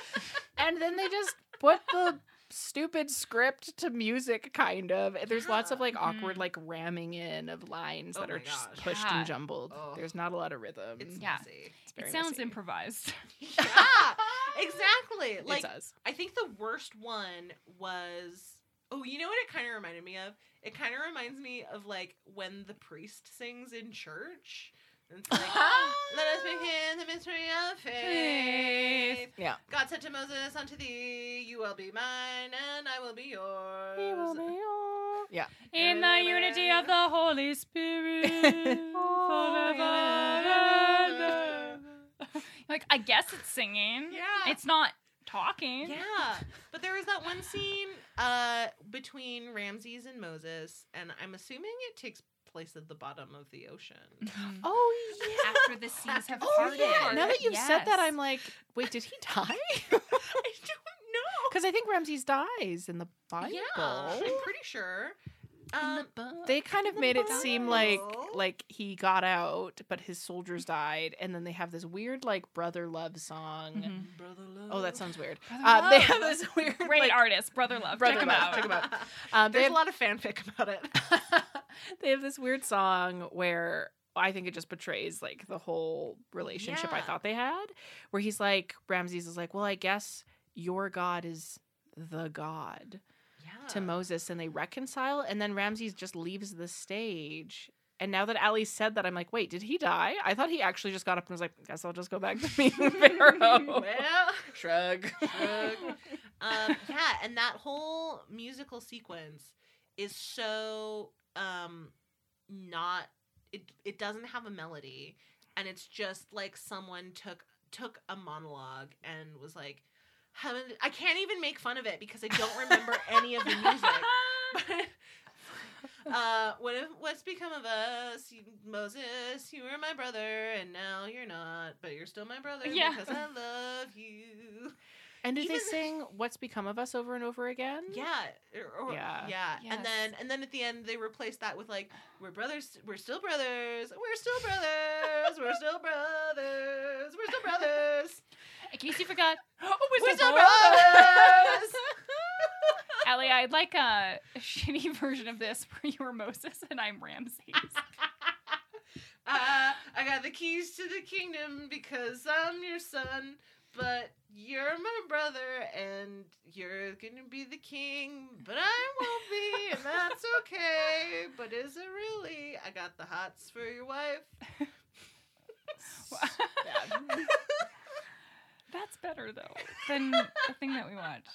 E: and then they just put the stupid script to music kind of And there's lots of like awkward
C: Mhm.
E: like ramming in of lines
D: mm-hmm. Oh
E: that
D: my
E: are just
D: gosh.
E: pushed
C: Yeah.
E: and jumbled
D: Ugh.
E: there's not a lot of rhythm
D: It's
C: Yeah.
D: messy.
E: It's
C: it
E: very
C: sounds
E: messy.
C: improvised.
D: yeah. Exactly. Like
E: it does.
D: I think the worst one was oh, you know what it kind of reminded me of? It kind of reminds me of like when the priest sings in church. And It's like, let us begin the mystery of faith.
E: Yeah.
D: God said to Moses, Unto thee, you will be mine, and I will be yours.
E: Yeah.
C: In the unity of the Holy Spirit, forever and ever. Like I guess it's singing.
D: Yeah.
C: It's not talking.
D: Yeah, but there was that one scene uh, between Ramses and Moses, and I'm assuming it takes place at the bottom of the ocean.
E: Oh yeah.
C: after the seas have
E: Oh
C: parted.
E: yeah. Now that you've said that,
C: Yes.
E: I'm like, wait, did he die?
D: I don't
E: Because I think Ramses dies in the Bible.
D: know. Yeah, I'm pretty sure. Um,
E: They kind of made it seem like
D: Bible.
E: like he got out, but his soldiers died, and then they have this weird like brother love song.
C: Mhm.
E: Oh, that sounds weird.
C: Brother
E: Uh, they
C: Love.
E: have this weird
C: Great
E: like,
C: artist, Brother Love.
E: Brother
C: Check him
E: Love,
C: out.
E: check 'em out. Um, they
D: There's
E: have,
D: a lot of fanfic about it.
E: they have this weird song where I think it just betrays like the whole relationship I
D: Yeah.
E: thought they had, where he's like Ramses is like, well, I guess your God is the God.
D: yeah.
E: to Moses and they reconcile and then Ramses just leaves the stage. And now that Ali said that, I'm like, wait, did he die? I thought he actually just got up and was like, guess I'll just go back to being Pharaoh.
D: Well,
E: Shrug.
D: Shrug. um, yeah, and that whole musical sequence is so um, not. It it doesn't have a melody, and it's just like someone took took a monologue and was like, "Haven't- I can't even make fun of it because I don't remember any of the music. But, uh, what if, what's become of us, you, Moses? You were my brother, and now you're not, but you're still my brother
C: Yeah.
D: because I love you.
E: And did they
D: Even-
E: sing What's Become of Us over and over again?
D: Yeah, er, or, or-
E: Yeah.
D: yeah, And
C: Yes.
D: then and then at the end they replaced that with like we're brothers, we're still brothers, we're still brothers, we're still brothers, we're still brothers,
C: In case you forgot,
D: we're still brothers.
C: Allie, I'd like a, a shitty version of this where you were Moses and I'm Ramses.
D: uh, I got the keys to the kingdom because I'm your son, but you're my brother, and you're gonna be the king, but I won't be, and that's okay. But is it really? I got the hots for your wife.
C: That's better though than the thing that we watched.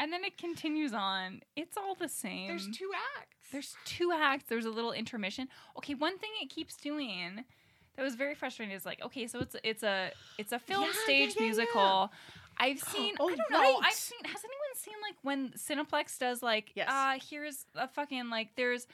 C: And then it continues on. It's all the same.
D: There's two acts.
C: There's two acts. There's a little intermission. Okay, one thing it keeps doing that was very frustrating is like, okay, so it's it's a it's a film
D: Yeah, yeah,
C: stage
D: yeah, yeah.
C: musical. I've seen
E: Oh,
C: I don't know.
E: right.
C: I've seen has anyone seen like when Cineplex does like
D: Yes.
C: uh here's a fucking like there's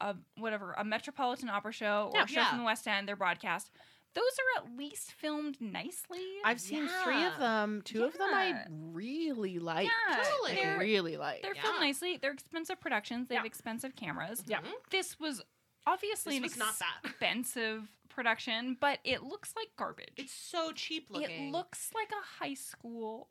C: a whatever, a Metropolitan Opera show or
D: Yeah.
C: a show from the West End, they're broadcast. Those are at least filmed nicely.
E: I've seen three of
D: Yeah.
E: them. Two of them I
C: Yeah.
E: really liked.
C: Yeah,
D: Totally.
E: Like,
C: they're-
E: really liked.
C: They're
D: Yeah.
C: filmed nicely. They're expensive productions. They have
E: Yeah.
C: expensive cameras.
E: Yeah.
D: Mhm.
C: This was obviously
D: This
C: an
D: was not that.
C: expensive production, but it looks like garbage.
D: It's so cheap looking.
C: It looks like a high school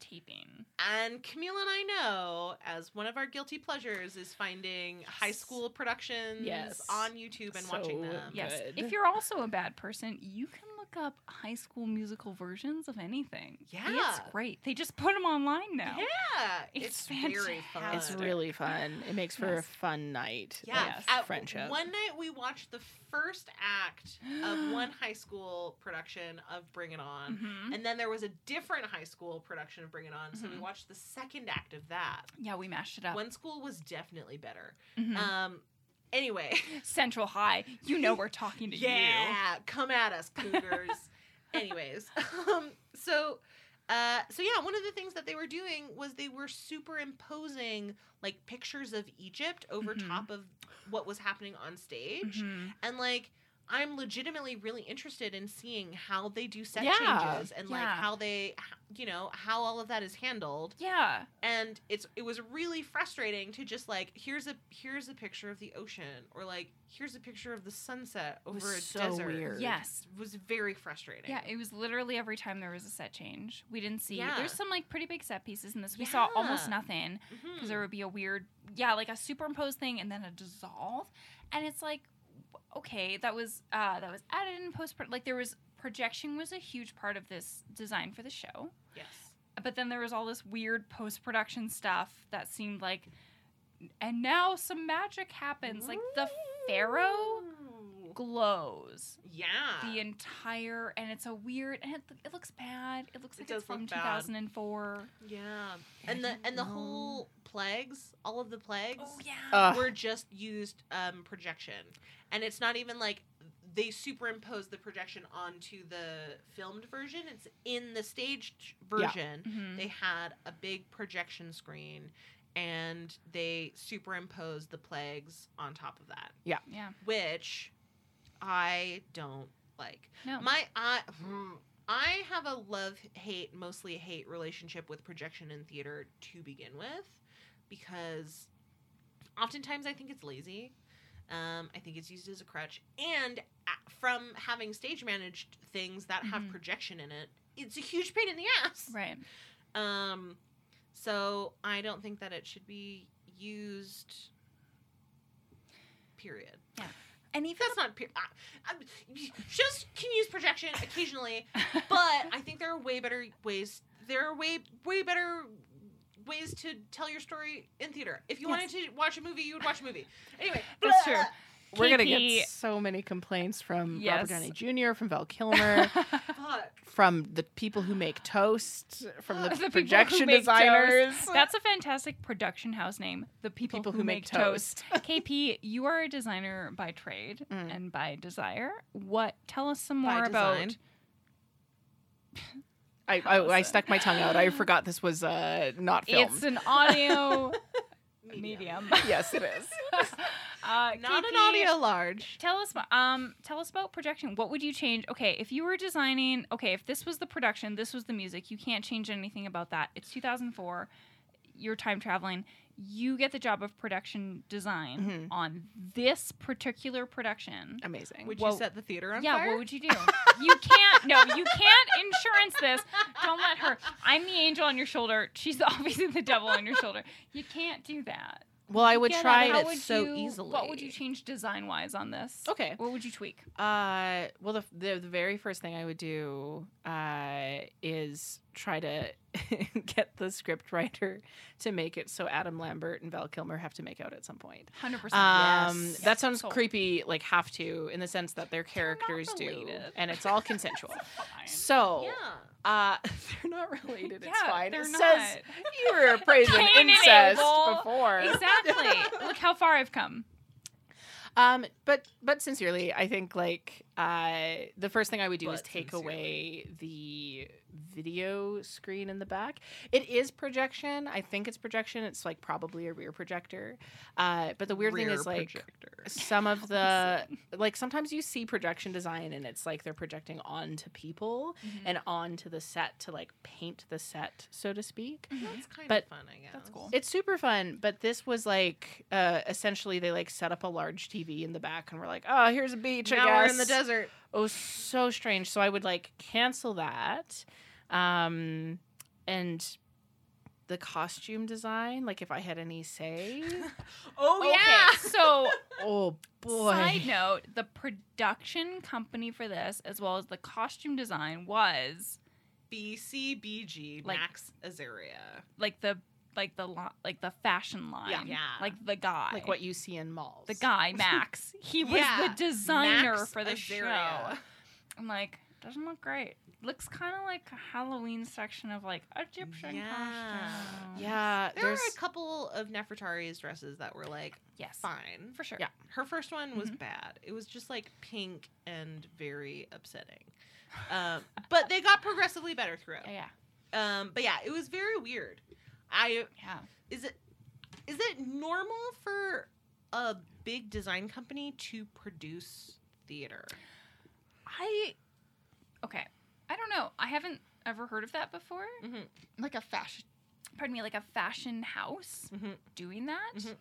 C: taping.
D: and Camille and I know as one of our guilty pleasures is finding high school productions
E: Yes.
D: on YouTube and watching
E: So
D: them.
C: Yes.
E: Good.
C: If you're also a bad person, you can look up high school musical versions of anything. It's
D: Yeah.
C: great. They just put them online now.
D: Yeah,
C: It's
D: it's, very fun.
E: it's
C: fantastic.
E: really fun. It makes for a
C: Yes.
E: fun night.
D: yeah.
E: of
D: At-
E: friendship.
D: One night we watched the first act of one high school production of Bring It On,
E: Mm-hmm.
C: Mhm.
D: and then there was a different high school production of Bring It On. So we
E: Mm-hmm.
C: Mhm.
D: watched the second act of that.
C: Yeah, we mashed it up.
D: One school was definitely better.
E: Mm-hmm.
C: Mhm.
D: Um, anyway.
C: Central High. You know we're talking to you.
D: yeah, come at us, cougars. Anyways, um, so uh, so yeah, one of the things that they were doing was they were superimposing like pictures of Egypt over
C: Mhm.
D: top of what was happening on stage,
C: Mhm.
D: and like. I'm legitimately really interested in seeing how they do set
E: Yeah.
D: changes and like
C: Yeah.
D: how they, h- you know, how all of that is handled
C: Yeah.
D: and it's it was really frustrating to just like here's a here's a picture of the ocean or like here's a picture of the sunset over
E: was
D: a
E: so
D: desert.
E: weird.
C: Yes.
D: It was very frustrating.
C: Yeah, it was literally every time there was a set change. We didn't see.
D: Yeah.
C: There's some like pretty big set pieces in this. We saw almost
D: Yeah.
C: nothing
D: Mhm.
C: because there would be a weird, yeah, like a superimposed thing and then a dissolve, and it's like, w- okay, that was uh, that was added in post. Like there was projection was a huge part of this design for the show,
D: yes.
C: but then there was all this weird post production stuff that seemed like, and now some magic happens. Like the pharaoh
D: Ooh.
C: glows
D: Yeah.
C: the uh, entire and it's a weird and it, it looks bad it looks
D: It
C: like
D: does
C: it's from
D: look bad.
C: 2004
D: yeah. And the and the whole plagues, all of the plagues
C: Oh, yeah
E: Ugh.
D: were just used um projection. And it's not even like they superimpose the projection onto the filmed version. It's in the staged version.
C: Mhm.
D: they had a big projection screen and they superimpose the plagues on top of that,
C: Yeah.
D: which I don't like.
C: No.
D: My I I have a love hate mostly hate relationship with projection in theater to begin with because oftentimes I think it's lazy. Um, I think it's used as a crutch, and a- from having stage managed things that have
C: Mhm.
D: projection in it, it's a huge pain in the ass.
C: right.
D: Um, so I don't think that it should be used. Period.
C: And even
D: That's not. Per- I, I, shows can use projection occasionally, but I think there are way better ways. There are way way better ways to tell your story in theater. If you wanted to watch a movie, you would watch a movie. Anyway, uh,
E: That's true. We're gonna
C: KP.
E: get so many complaints from
C: Yes.
E: Robert Downey Jr., from Val Kilmer,
D: Fuck.
E: from the people who make toast, from the,
C: The people who
E: projection
C: make
E: designers.
C: that's a fantastic production house name. The people, who, make, toast. KP, you are a designer by trade
E: Mm.
C: and by desire. What? Tell us some
D: By
C: more about
D: design.
E: I, I, I
C: Allison.
E: stuck my tongue out. I forgot this was uh, not filmed.
C: it's an audio
D: Medium.
C: medium.
E: yes, it is.
C: Uh,
D: Not an
C: KP,
D: audio large.
C: Tell us, mo- um, tell us about projection. What would you change? Okay, if you were designing, okay, if this was the production, this was the music. You can't change anything about that. It's 2004. You're time traveling. You get the job of production design
D: Mm-hmm.
E: Mhm.
C: on this particular production.
E: Amazing.
D: Would
C: Well,
D: you set the theater on
C: yeah,
D: fire?
C: what would you do? You can't. No, you can't insurance this. Don't let her. I'm the angel on your shoulder. She's obviously the devil on your shoulder. You can't do that.
E: well, I would
D: get
E: try.
D: out
C: How
D: of it
C: would
D: so
C: you, What would
D: easily.
C: you change design wise on this?
E: Okay.
C: What would you tweak?
E: Uh, well, the, the the very first thing I would do uh, is try to get the script writer to make it so Adam Lambert and Val Kilmer have to make out at some point.
C: Hundred percent.
E: Um,
D: Yes.
E: That sounds
C: Sold.
E: creepy, like have to, in the sense that their
C: They're not
E: characters do,
C: related.
E: and it's all consensual.
C: Fine.
E: so,
D: Yeah.
E: uh, they're not related. It's
C: Yeah,
E: fine.
C: they're
E: It says you were praising
C: Cain and
E: incest
C: Abel.
E: before.
C: exactly. Look how far I've come.
E: Um, but but sincerely, I think like uh, the first thing I would do is
D: But
E: take
D: sincerely.
E: away the video screen in the back. It is projection. I think it's projection. It's like probably a rear projector. Uh, but the weird thing
D: Rear
E: is like
D: projector.
E: some of the like sometimes you see projection design and it's like they're projecting onto people
D: Mm.
E: and onto the set to like paint the set, so to speak.
D: That's kind
E: but-
D: of fun, I guess.
C: That's cool.
E: It's super fun, but this was like uh, essentially they like set up a large TV in the back, and we're like, oh, here's a beach. I
D: Now we're
E: guess.
D: in the desert.
E: It was so strange. So I would like cancel that, um, and the costume design. Like if I had any say.
D: Oh
C: Okay, So,
E: oh boy.
C: side note: the production company for this, as well as the costume design, was
D: BCBG
C: Like-
D: Max Azaria.
C: like the like the lo- like the fashion line.
E: Yeah.
D: Yeah.
C: Like the guy.
E: Like what you see in malls.
C: The guy Max. He was
D: Yeah,
C: the designer
D: Max
C: for the
D: Azaria.
C: show. I'm like, doesn't look great. Looks kind of like a Halloween section of like Egyptian
D: Yeah.
C: costume.
E: Yeah,
D: There
E: there's
D: were a couple of Nefertari's dresses that were like
C: Yes.
D: fine.
C: For sure. Mm-hmm.
E: Yeah.
D: Her first one was bad. It was just like pink and very upsetting. Um, but they got progressively better throughout.
C: Yeah. Yeah.
D: Um, but yeah, it was very weird. I
C: yeah.
D: is it is it normal for a big design company to produce theater?
C: I okay. I don't know. I haven't ever heard of that before.
D: Mhm.
C: Like a fashion, pardon me, like a fashion house
D: Mhm.
C: doing that.
D: Mhm.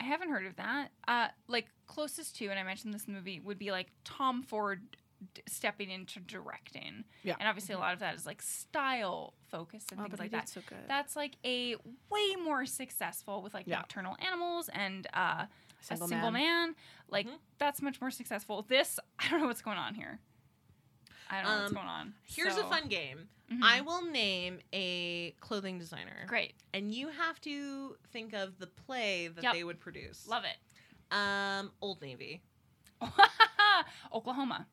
C: I haven't heard of that. Uh, like closest to, and I mentioned this in the movie, would be like Tom Ford d- stepping into directing.
E: Yeah.
C: and obviously a lot of that is like style focused and
E: Oh,
C: things
E: but
C: like
E: they did
C: that.
E: so good.
C: That's like a way more successful with like
E: Yeah.
C: nocturnal animals and uh,
E: Single
C: a single
E: man.
C: man. Like
D: Mhm.
C: that's much more successful. This I don't know what's going on here. I don't know what's
D: Um,
C: going on.
D: Here's
C: So-
D: a fun game.
C: Mhm.
D: I will name a clothing designer.
C: great
D: And you have to think of the play that
C: Yep.
D: they would produce.
C: love it.
D: Um, Old Navy.
C: Oklahoma.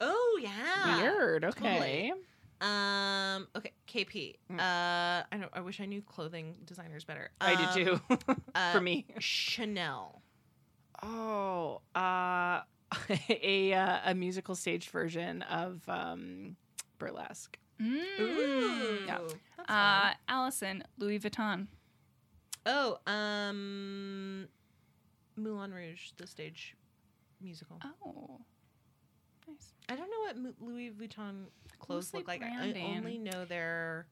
D: Oh yeah.
E: Weird.
D: totally.
E: Okay.
D: Um. Okay. KP.
E: Mm.
D: Uh. I know. I wish I knew clothing designers better.
E: I
D: Um,
E: do too.
D: uh,
E: For me.
D: Chanel.
E: Oh, uh, a uh, a musical stage version of um, burlesque.
C: Mm.
D: Ooh.
E: Yeah.
D: That's
C: Uh, Allison Louis Vuitton.
D: fun. Oh, um, Moulin Rouge, the stage musical.
C: Oh, nice.
D: I don't know what Mu- Louis Vuitton clothes
C: Loosely
D: look like. I- I
C: branded.
D: only know their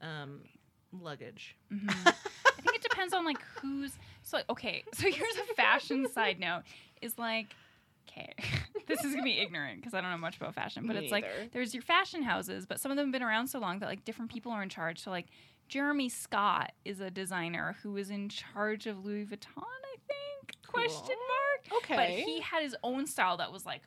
D: um, luggage.
C: Mhm. I think it depends on like who's. So like, okay, so here's a fashion side note: is like, okay, this is gonna be ignorant because I don't know much about fashion, but
E: Me
C: it's
E: either.
C: like there's your fashion houses, but some of them have been around so long that like different people are in charge. So like Jeremy Scott is a designer who is in charge of Louis Vuitton, I think. Question mark.
E: Okay.
C: But he had his own style that was like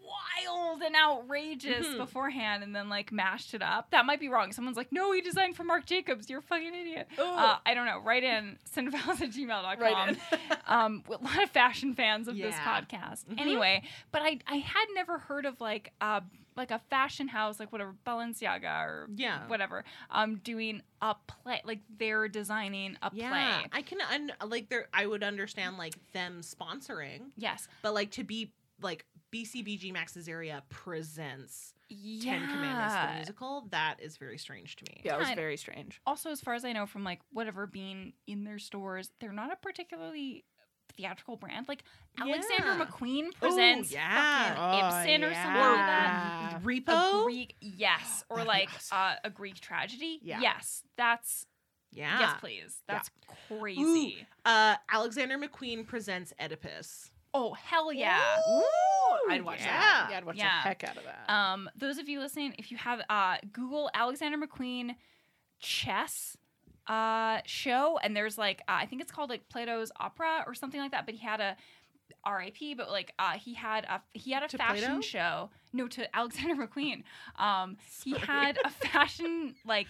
C: wild and outrageous
D: Mhm.
C: beforehand and then like mashed it up. That might be wrong. Someone's like, no, he designed for Marc Jacobs. You're a fucking idiot. Uh, I don't know. Write in cindervallas at gmail.com.
E: Write in.
C: um, with a lot of fashion fans of this
D: Yeah.
C: podcast.
D: Mhm.
C: Anyway, but I, I had never heard of like uh, like a fashion house, like whatever, Balenciaga or
D: Yeah.
C: whatever, um, doing a play. Like they're designing a
D: Yeah,
C: play.
D: I can un- like there. I would understand like them sponsoring,
C: Yes.
D: but like to be like BCBG Max's area presents
C: Yeah.
D: Ten Commandments the musical. That is very strange to me.
E: yeah, it was
C: God.
E: very strange.
C: also as far as i know from like whatever being in their stores they're not a particularly theatrical brand like alexander
D: Yeah. Oh,
C: mcqueen presents
D: yeah.
C: fucking ibsen or something like that
E: yeah.
C: a
D: Repo.
C: greek yes or
E: that'd be
C: like
E: awesome.
C: uh, a greek tragedy
E: Yeah.
C: yes that's
D: yeah.
C: yes please
E: Yeah.
C: that's crazy
D: Uh, Alexander McQueen presents Oedipus.
C: oh hell yeah
E: I'd watch
D: yeah.
E: that. Yeah, I'd watch
C: Yeah.
E: the heck out of that.
C: um those of you listening if you have uh google alexander mcqueen chess uh show and there's like uh, i think it's called like plato's opera or something like that but he had a rip but like uh he had a he had a
D: To
C: fashion
D: Plato?
C: show no to alexander mcqueen um he had a fashion like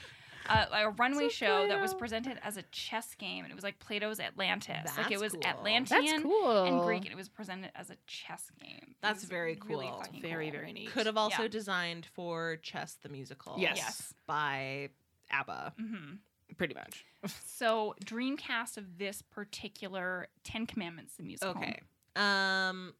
C: uh, like a runway
E: To
C: show that was
E: Plato.
C: presented as a chess game and it was like plato's atlantis like it
D: That's
C: was
D: cool. That's
C: atlantean
E: cool.
C: and greek and it was presented as a chess game It
D: That's
C: was
D: very
C: really
D: cool.
C: fucking
E: Very,
C: cool.
E: very neat.
D: Could have also
C: Yeah.
D: designed for Chess the Musical.
E: Yes.
C: Yes.
D: By ABBA.
C: mm-hmm.
E: pretty much.
C: So, Dreamcast of this particular Ten Commandments the musical.
D: Okay. Um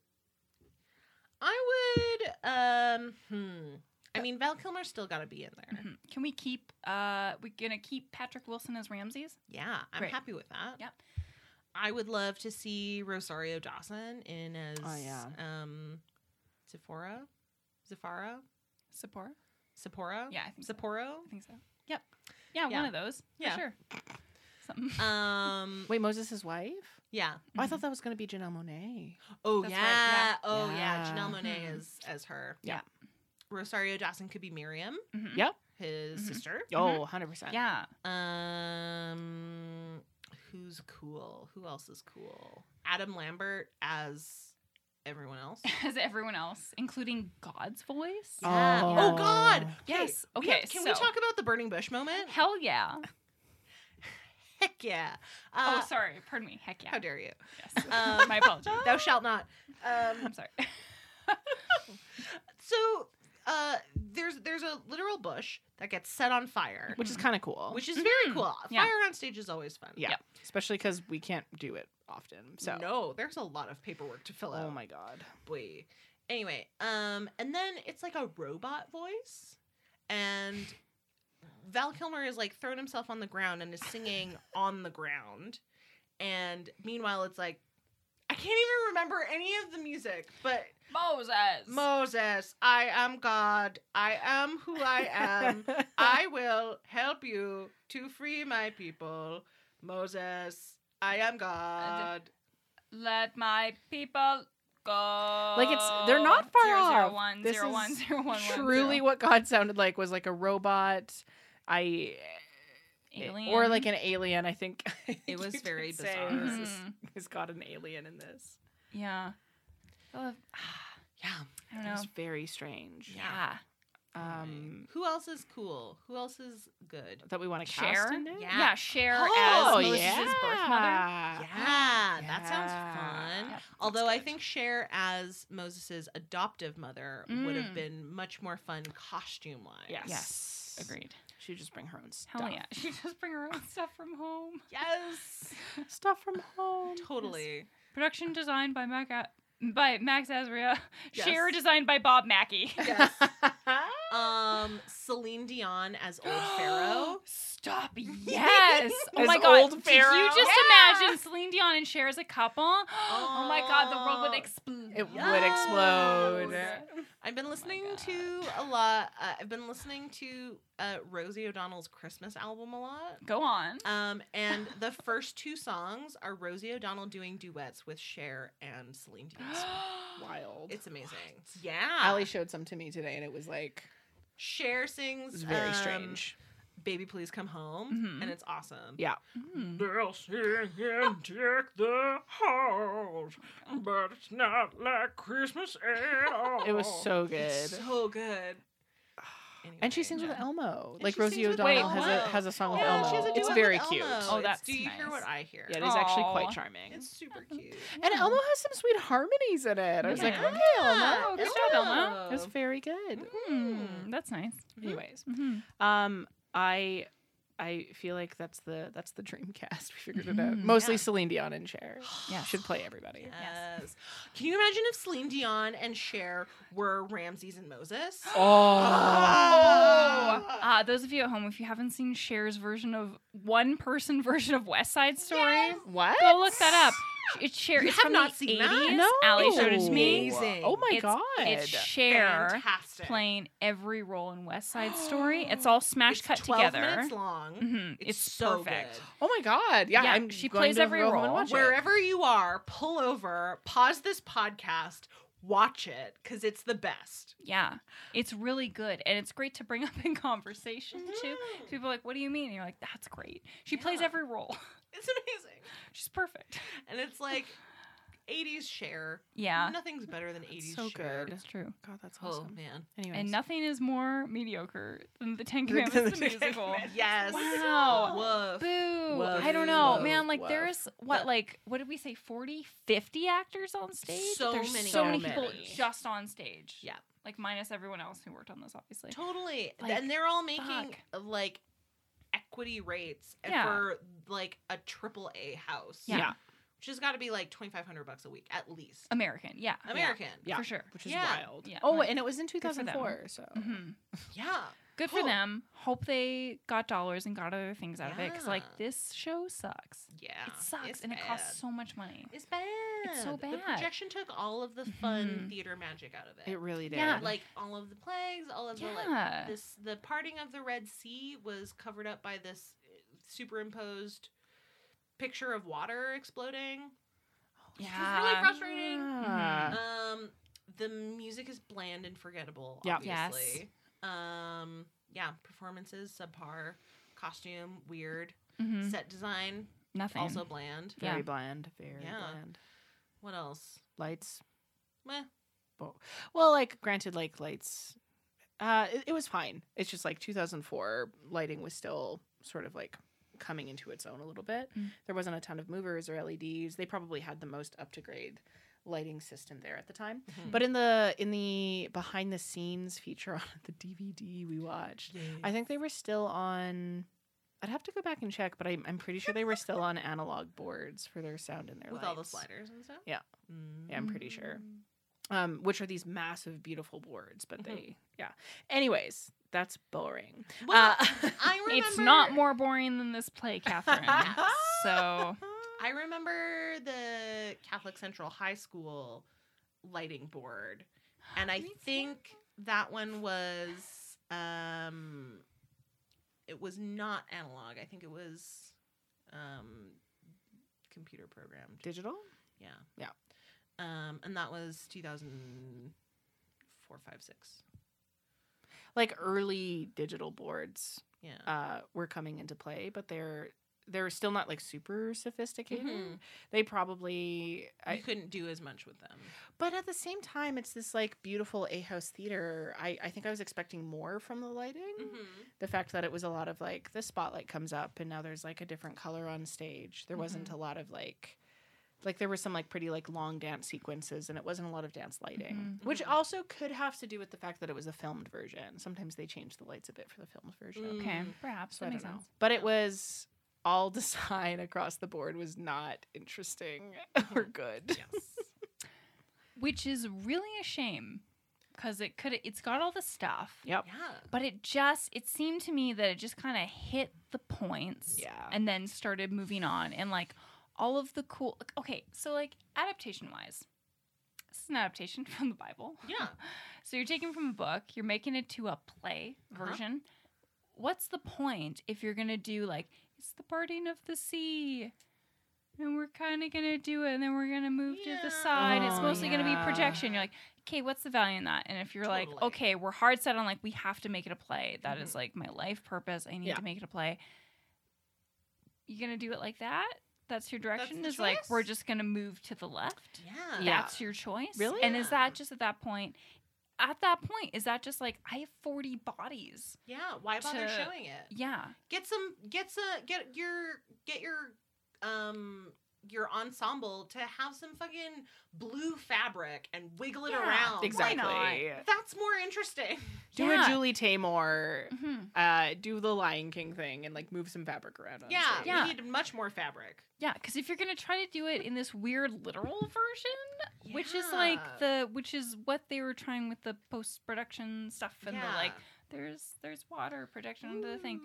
D: I would um hmm.
C: Uh,
D: I mean Val Kilmer's still gotta be in there.
C: Mhm. Can we keep? Uh, we're gonna keep Patrick Wilson as Ramses.
D: Yeah, I'm
C: Great.
D: happy with that.
C: Yep.
D: I would love to see Rosario Dawson in as
E: Oh, yeah.
D: um Sephora. Zephara?
C: Sephora.
D: Sephora?
C: Yeah, I think so.
D: Sapporo?
C: I think so. Yep. Yeah,
D: Yeah.
C: one of those.
D: Yeah.
C: Yeah, sure. Something.
D: Um
E: Wait, Moses' wife?
D: yeah.
E: Oh,
C: Mm-hmm.
E: I thought that was going to be Janelle Monet.
D: Oh
C: That's
D: yeah.
C: right, yeah.
D: Oh yeah.
E: Yeah.
D: Janelle Monet
C: Mhm.
D: as as her.
E: Yeah.
D: Rosario Dawson could be Miriam,
C: Mhm.
E: Yep.
D: his
C: Mhm.
D: sister.
E: Oh, 100%.
C: Yeah.
D: Um who's cool? Who else is cool? Adam Lambert as everyone else.
C: As everyone else, including God's voice.
E: Oh.
D: Oh, god. Okay,
C: Yes.
D: we have-
C: Okay,
D: can we
C: so-
D: talk about the burning bush moment?
C: Hell yeah.
D: Heck yeah. Uh,
C: oh, sorry. Pardon me. Heck yeah.
D: How dare you?
C: Yes.
D: Um,
C: My apologies.
D: Thou shalt not. Um,
C: I'm sorry.
D: so uh, there's there's a literal bush that gets set on fire,
E: Which is kind of cool.
D: which is very
C: Mhm.
D: cool. Hmm.
C: Yeah.
D: Fire on stage is always fun.
E: yeah.
C: Yep.
E: Especially because we can't do it often. So.
D: no, there's a lot of paperwork to fill out.
E: Oh, my God.
D: boy. Anyway, um, and then it's like a robot voice, and Val Kilmer is like thrown himself on the ground and is singing on the ground, and meanwhile it's like I can't even remember any of the music, but
C: Moses.
D: Moses, I am God, I am who I am,
E: Um,
D: I will help you to free my people, Moses, I am God.
C: Let my people go.
E: Like, it's- they're not far
C: Zero, zero,
E: off.
C: one,
E: This
C: zero,
E: is
C: one, zero, one, one,
E: Truly,
C: zero.
E: what God sounded like was like a robot. I or like an alien. I think
D: It was
E: you could
D: very
E: say
D: bizarre.
E: This is,
C: Mhm.
E: is God an alien in this?
C: Yeah. Oh,
D: Yeah.
C: I don't
E: It
C: know.
E: was very strange.
C: Yeah.
E: Um,
D: Who else is cool? Who else is good?
E: that we want to cast
C: Cher.
E: in there?
D: Yeah.
C: Yeah. Cher
D: Oh,
C: as Moses' birth mother.
D: Yeah, that
E: that sounds Yeah.
D: sounds
E: fun.
D: fun.
C: Yep,
D: Although I
E: good.
D: think Cher as Moses' adoptive mother would have
C: Mm.
D: been much more fun costume wise.
E: Yes.
C: Yes. Agreed.
E: She would just bring her own stuff.
C: Hell yeah. She just bring her own stuff from home.
D: Yes.
E: Stuff from home.
D: totally.
C: Production designed by Mac by Max Azria.
D: Yes.
C: Share designed by Bob Mackey.
D: Yes. um, Celine Dion as Old Pharaoh.
C: Stop. Yes. Oh
E: As
C: my god.
E: old
C: Did you
E: Pharaoh.
C: just imagine Celine Dion and Cher as a couple? Oh, my god, the world would
D: Oh.
C: explode.
E: It would
D: Yes.
E: explode.
D: I've been listening
C: God.
D: to a lot. Uh, I've been listening to uh, Rosie O'Donnell's Christmas album a lot.
C: Go on.
D: Um, and the first two songs are Rosie O'Donnell doing duets with Cher and Celine Dion.
E: Um, Wild.
D: It's amazing. Yeah.
E: Ali showed some to me today, and it was like
D: Cher
E: it
D: sings
E: was very
D: um,
E: strange. Mm-hmm.
D: Baby Please Come Home,
C: Mhm.
D: and it's awesome.
E: Yeah.
C: Hmm.
B: They'll sing and take the halls, but it's not like Christmas at all.
E: It was so good.
D: It's so good.
E: And she
D: Anyway.
E: sings with
C: Yeah.
E: Elmo.
D: And
E: like
D: she sings
E: Rosie
D: with
E: O'Donnell
C: Elmo.
E: has a has a song with
D: Yeah,
E: Elmo.
D: she has a
E: it's
D: duet
E: very
D: with
E: cute.
D: Elmo.
C: Oh,
D: It's,
C: that's
D: Do you hear
C: nice.
D: what I hear? Oh,
E: Yeah, it is actually
C: Aw.
E: quite charming.
D: It's super cute.
E: And
C: Yeah.
E: Elmo has some sweet harmonies in it. I was like,
C: Yeah.
E: okay, Elmo.
C: good
E: yeah.
C: job, Elmo.
E: It was very good.
C: Hmm, That's nice.
D: Mhm.
E: Anyways,
C: Mhm.
E: um, I I feel like that's the that's the dream cast. We figured it out.
C: Mhm.
E: Mostly
D: Mm-hmm. Yeah.
E: Celine Dion and Cher.
C: Yes.
E: Should play everybody.
D: Yes. Can you imagine if Celine Dion and Cher were Ramses and Moses?
E: Oh.
C: Oh.
D: Ah.
C: Uh, those of you at home, if you haven't seen Cher's version of one person version of West Side Story,
E: What?
C: go look that up. It's Cher.
D: You
C: it's
D: have
C: from
D: not
C: the
D: seen
C: 80s.
D: that?
E: No.
C: Allie showed it to me.
D: Amazing.
E: Oh my
C: It's-
E: god.
C: It's Cher
D: Fantastic.
C: playing every role in West Side Story. It's all smash
D: It's
C: cut
D: 12
C: together.
D: minutes long.
C: Mhm.
D: It's,
C: It's,
D: so
C: perfect.
D: good.
E: oh my god. Yeah,
C: Yeah,
E: I'm
C: she
E: going
C: plays
E: to
C: every
E: go home and
C: role.
E: watch it.
D: Wherever you are, pull over, pause this podcast, watch it because it's the best.
C: Yeah, it's really good, and it's great to bring up in conversation too. People are like, "What do you mean?" And you're like, "That's great. She plays
D: Mm-hmm. Yeah.
C: every role.
D: It's amazing.
C: She's perfect."
D: And it's like 80s Cher.
C: Yeah,
D: Nothing's better than 80s
E: so
D: Cher.
E: good.
C: it's true.
E: God, that's
D: Oh
E: awesome.
D: man.
E: Anyways.
C: And nothing is more mediocre than the Ten
E: Than the
C: Commandments the
E: Ten
C: musical.
E: Commandments.
D: Yes.
C: Wow.
D: Woof.
C: Boo!
D: Woof,
C: I don't know,
D: woof,
C: man. Like
E: woof.
C: there's
D: Yeah.
C: what, like what did we say, 40, 50 actors on stage?
D: So
C: there's
D: many.
C: so many
E: So
C: people
E: many.
C: just on stage.
D: Yeah.
C: like minus everyone else who worked on this, obviously.
D: Totally.
C: Like,
D: and they're all making
C: fuck.
D: like equity rates
C: Yeah.
D: for like a triple A house.
C: Yeah.
E: Yeah.
D: Which has got to be like 2500 bucks a week at least.
C: American, yeah,
D: American.
E: Yeah.
C: for sure.
E: Which is
D: Yeah.
E: wild.
C: Yeah.
E: Oh,
C: Like,
E: and it was in
C: for them.
E: 2004, so
C: hmm
D: Yeah.
C: Good
D: Cool.
C: for them. Hope they got dollars and got other things out of it because like
D: Yeah.
C: this show sucks.
D: Yeah.
C: it sucks
D: It's
C: and it
D: bad.
C: costs so much money.
D: It's bad.
C: It's so
D: The
C: bad.
D: projection took all of the fun
C: Mhm.
D: theater magic out of it.
E: it really did.
C: Yeah,
D: like all of the plagues, all of the
C: Yeah.
D: like this the parting of the Red Sea was covered up by this uh, superimposed picture of water exploding. Which was really
C: Yeah.
D: frustrating.
E: Mm-hmm.
C: Uh,
E: Yeah.
D: Um, the music is bland and forgettable.
E: Yeah.
C: Yes.
D: Obviously. Um, yeah, performances subpar, costume weird,
C: Mhm.
D: set design
C: Nothing.
D: also bland.
C: Yeah.
E: Very bland. Very
D: Yeah.
E: bland.
D: What else?
E: Lights.
D: Meh.
E: Well, like granted, like lights. Uh, it, it was fine. It's just like 2004 lighting was still sort of like coming into its own a little bit.
C: Mm.
E: There wasn't a ton of movers or LEDs. They probably had the most up to grade lighting system there at the time.
C: Mm.
D: Mhm.
E: But in the in the behind the scenes feature on the DVD we watched, I think they were still on. I'd have to go back and check, but I'm, I'm pretty sure they were still on analog boards for their sound and their
D: with
E: lights.
D: all the sliders and stuff.
E: Yeah.
D: Mm.
E: Yeah, I'm pretty sure. um, which are these massive, beautiful boards. But
D: Mm-hmm.
E: they, yeah. Anyways, that's boring.
D: Well,
E: Uh,
D: I remember.
C: It's not more boring than this play, Catherine. so
D: I remember the Catholic Central High School lighting board, and I
C: Me too.
D: think that one was um, it was not analog. I think it was um, computer programmed.
E: Digital?
D: yeah,
E: Yeah.
D: Um, and that was two thousand four, five, six.
E: Like early digital boards
D: Yeah.
E: uh, were coming into play, but they're they're still not like super sophisticated.
D: Mhm.
E: They probably,
D: You
E: I,
D: couldn't do as much with them.
E: but at the same time, it's this like beautiful A house theater. I, I think I was expecting more from the lighting.
C: Mm-hmm.
E: the fact that it was a lot of like the spotlight comes up and now there's like a different color on stage. There wasn't
C: Mm-hmm.
E: a lot of like like there were some like pretty like long dance sequences and it wasn't a lot of dance lighting,
C: Mm-hmm.
E: which
D: Mhm.
E: also could have to do with the fact that it was a filmed version. Sometimes they change the lights a bit for the filmed version.
D: Mm.
C: okay,
D: Mm.
C: perhaps
E: So
C: that
E: I
C: makes
E: don't know.
C: sense.
E: But it was all
C: Mm-hmm.
E: design across the board was not interesting or good.
D: Yes.
C: which is really a shame because it could it's got all the stuff.
E: Yep.
D: Yeah.
C: But it just it seemed to me that it just kind of hit the points.
E: Yeah.
C: And then started moving on and like all of the cool like, okay, so like adaptation wise. This is an adaptation from the Bible.
D: Yeah.
C: So you're taking from a book, you're making it to a play
D: Uh-huh.
C: version. What's the point if you're gonna do like it's the parting of the sea? And we're kind of gonna do it, and then we're gonna move to
D: Yeah.
C: the side. it's
E: Oh,
C: mostly gonna
E: yeah.
C: be projection. You're like, okay, what's the value in that? And if you're like,
D: Totally.
C: okay, we're hard set on like we have to make it a play. That is
D: Mhm.
C: like my life purpose. I need
E: Yeah.
C: to make it a play. You gonna do it like that? That's your direction.
D: the
C: is like we're
D: choice?
C: just gonna move to the left
D: Yeah.
E: Yeah.
C: that's your choice
E: Really?
C: and is
D: Yeah.
C: that just at that point at that point is that just like i have 40 bodies
D: Yeah. Why bother
C: To-
D: showing it?
C: yeah
D: Get some. Get some. Get your. Get your. Um. Your ensemble to have some fucking blue fabric and wiggle it
C: Yeah,
D: around.
E: Exactly.
D: That's more interesting.
E: Do
C: Yeah.
E: a Julie Taymor,
C: hmm
E: uh, do the Lion King thing, and like move some fabric around. On
D: Yeah,
E: stage.
C: Yeah.
D: we need much more fabric.
C: yeah because if you're gonna try to do it in this weird literal version which is like the which is what they were trying with the post-production stuff and the like there's there's water projection under the
D: Mm.
C: thing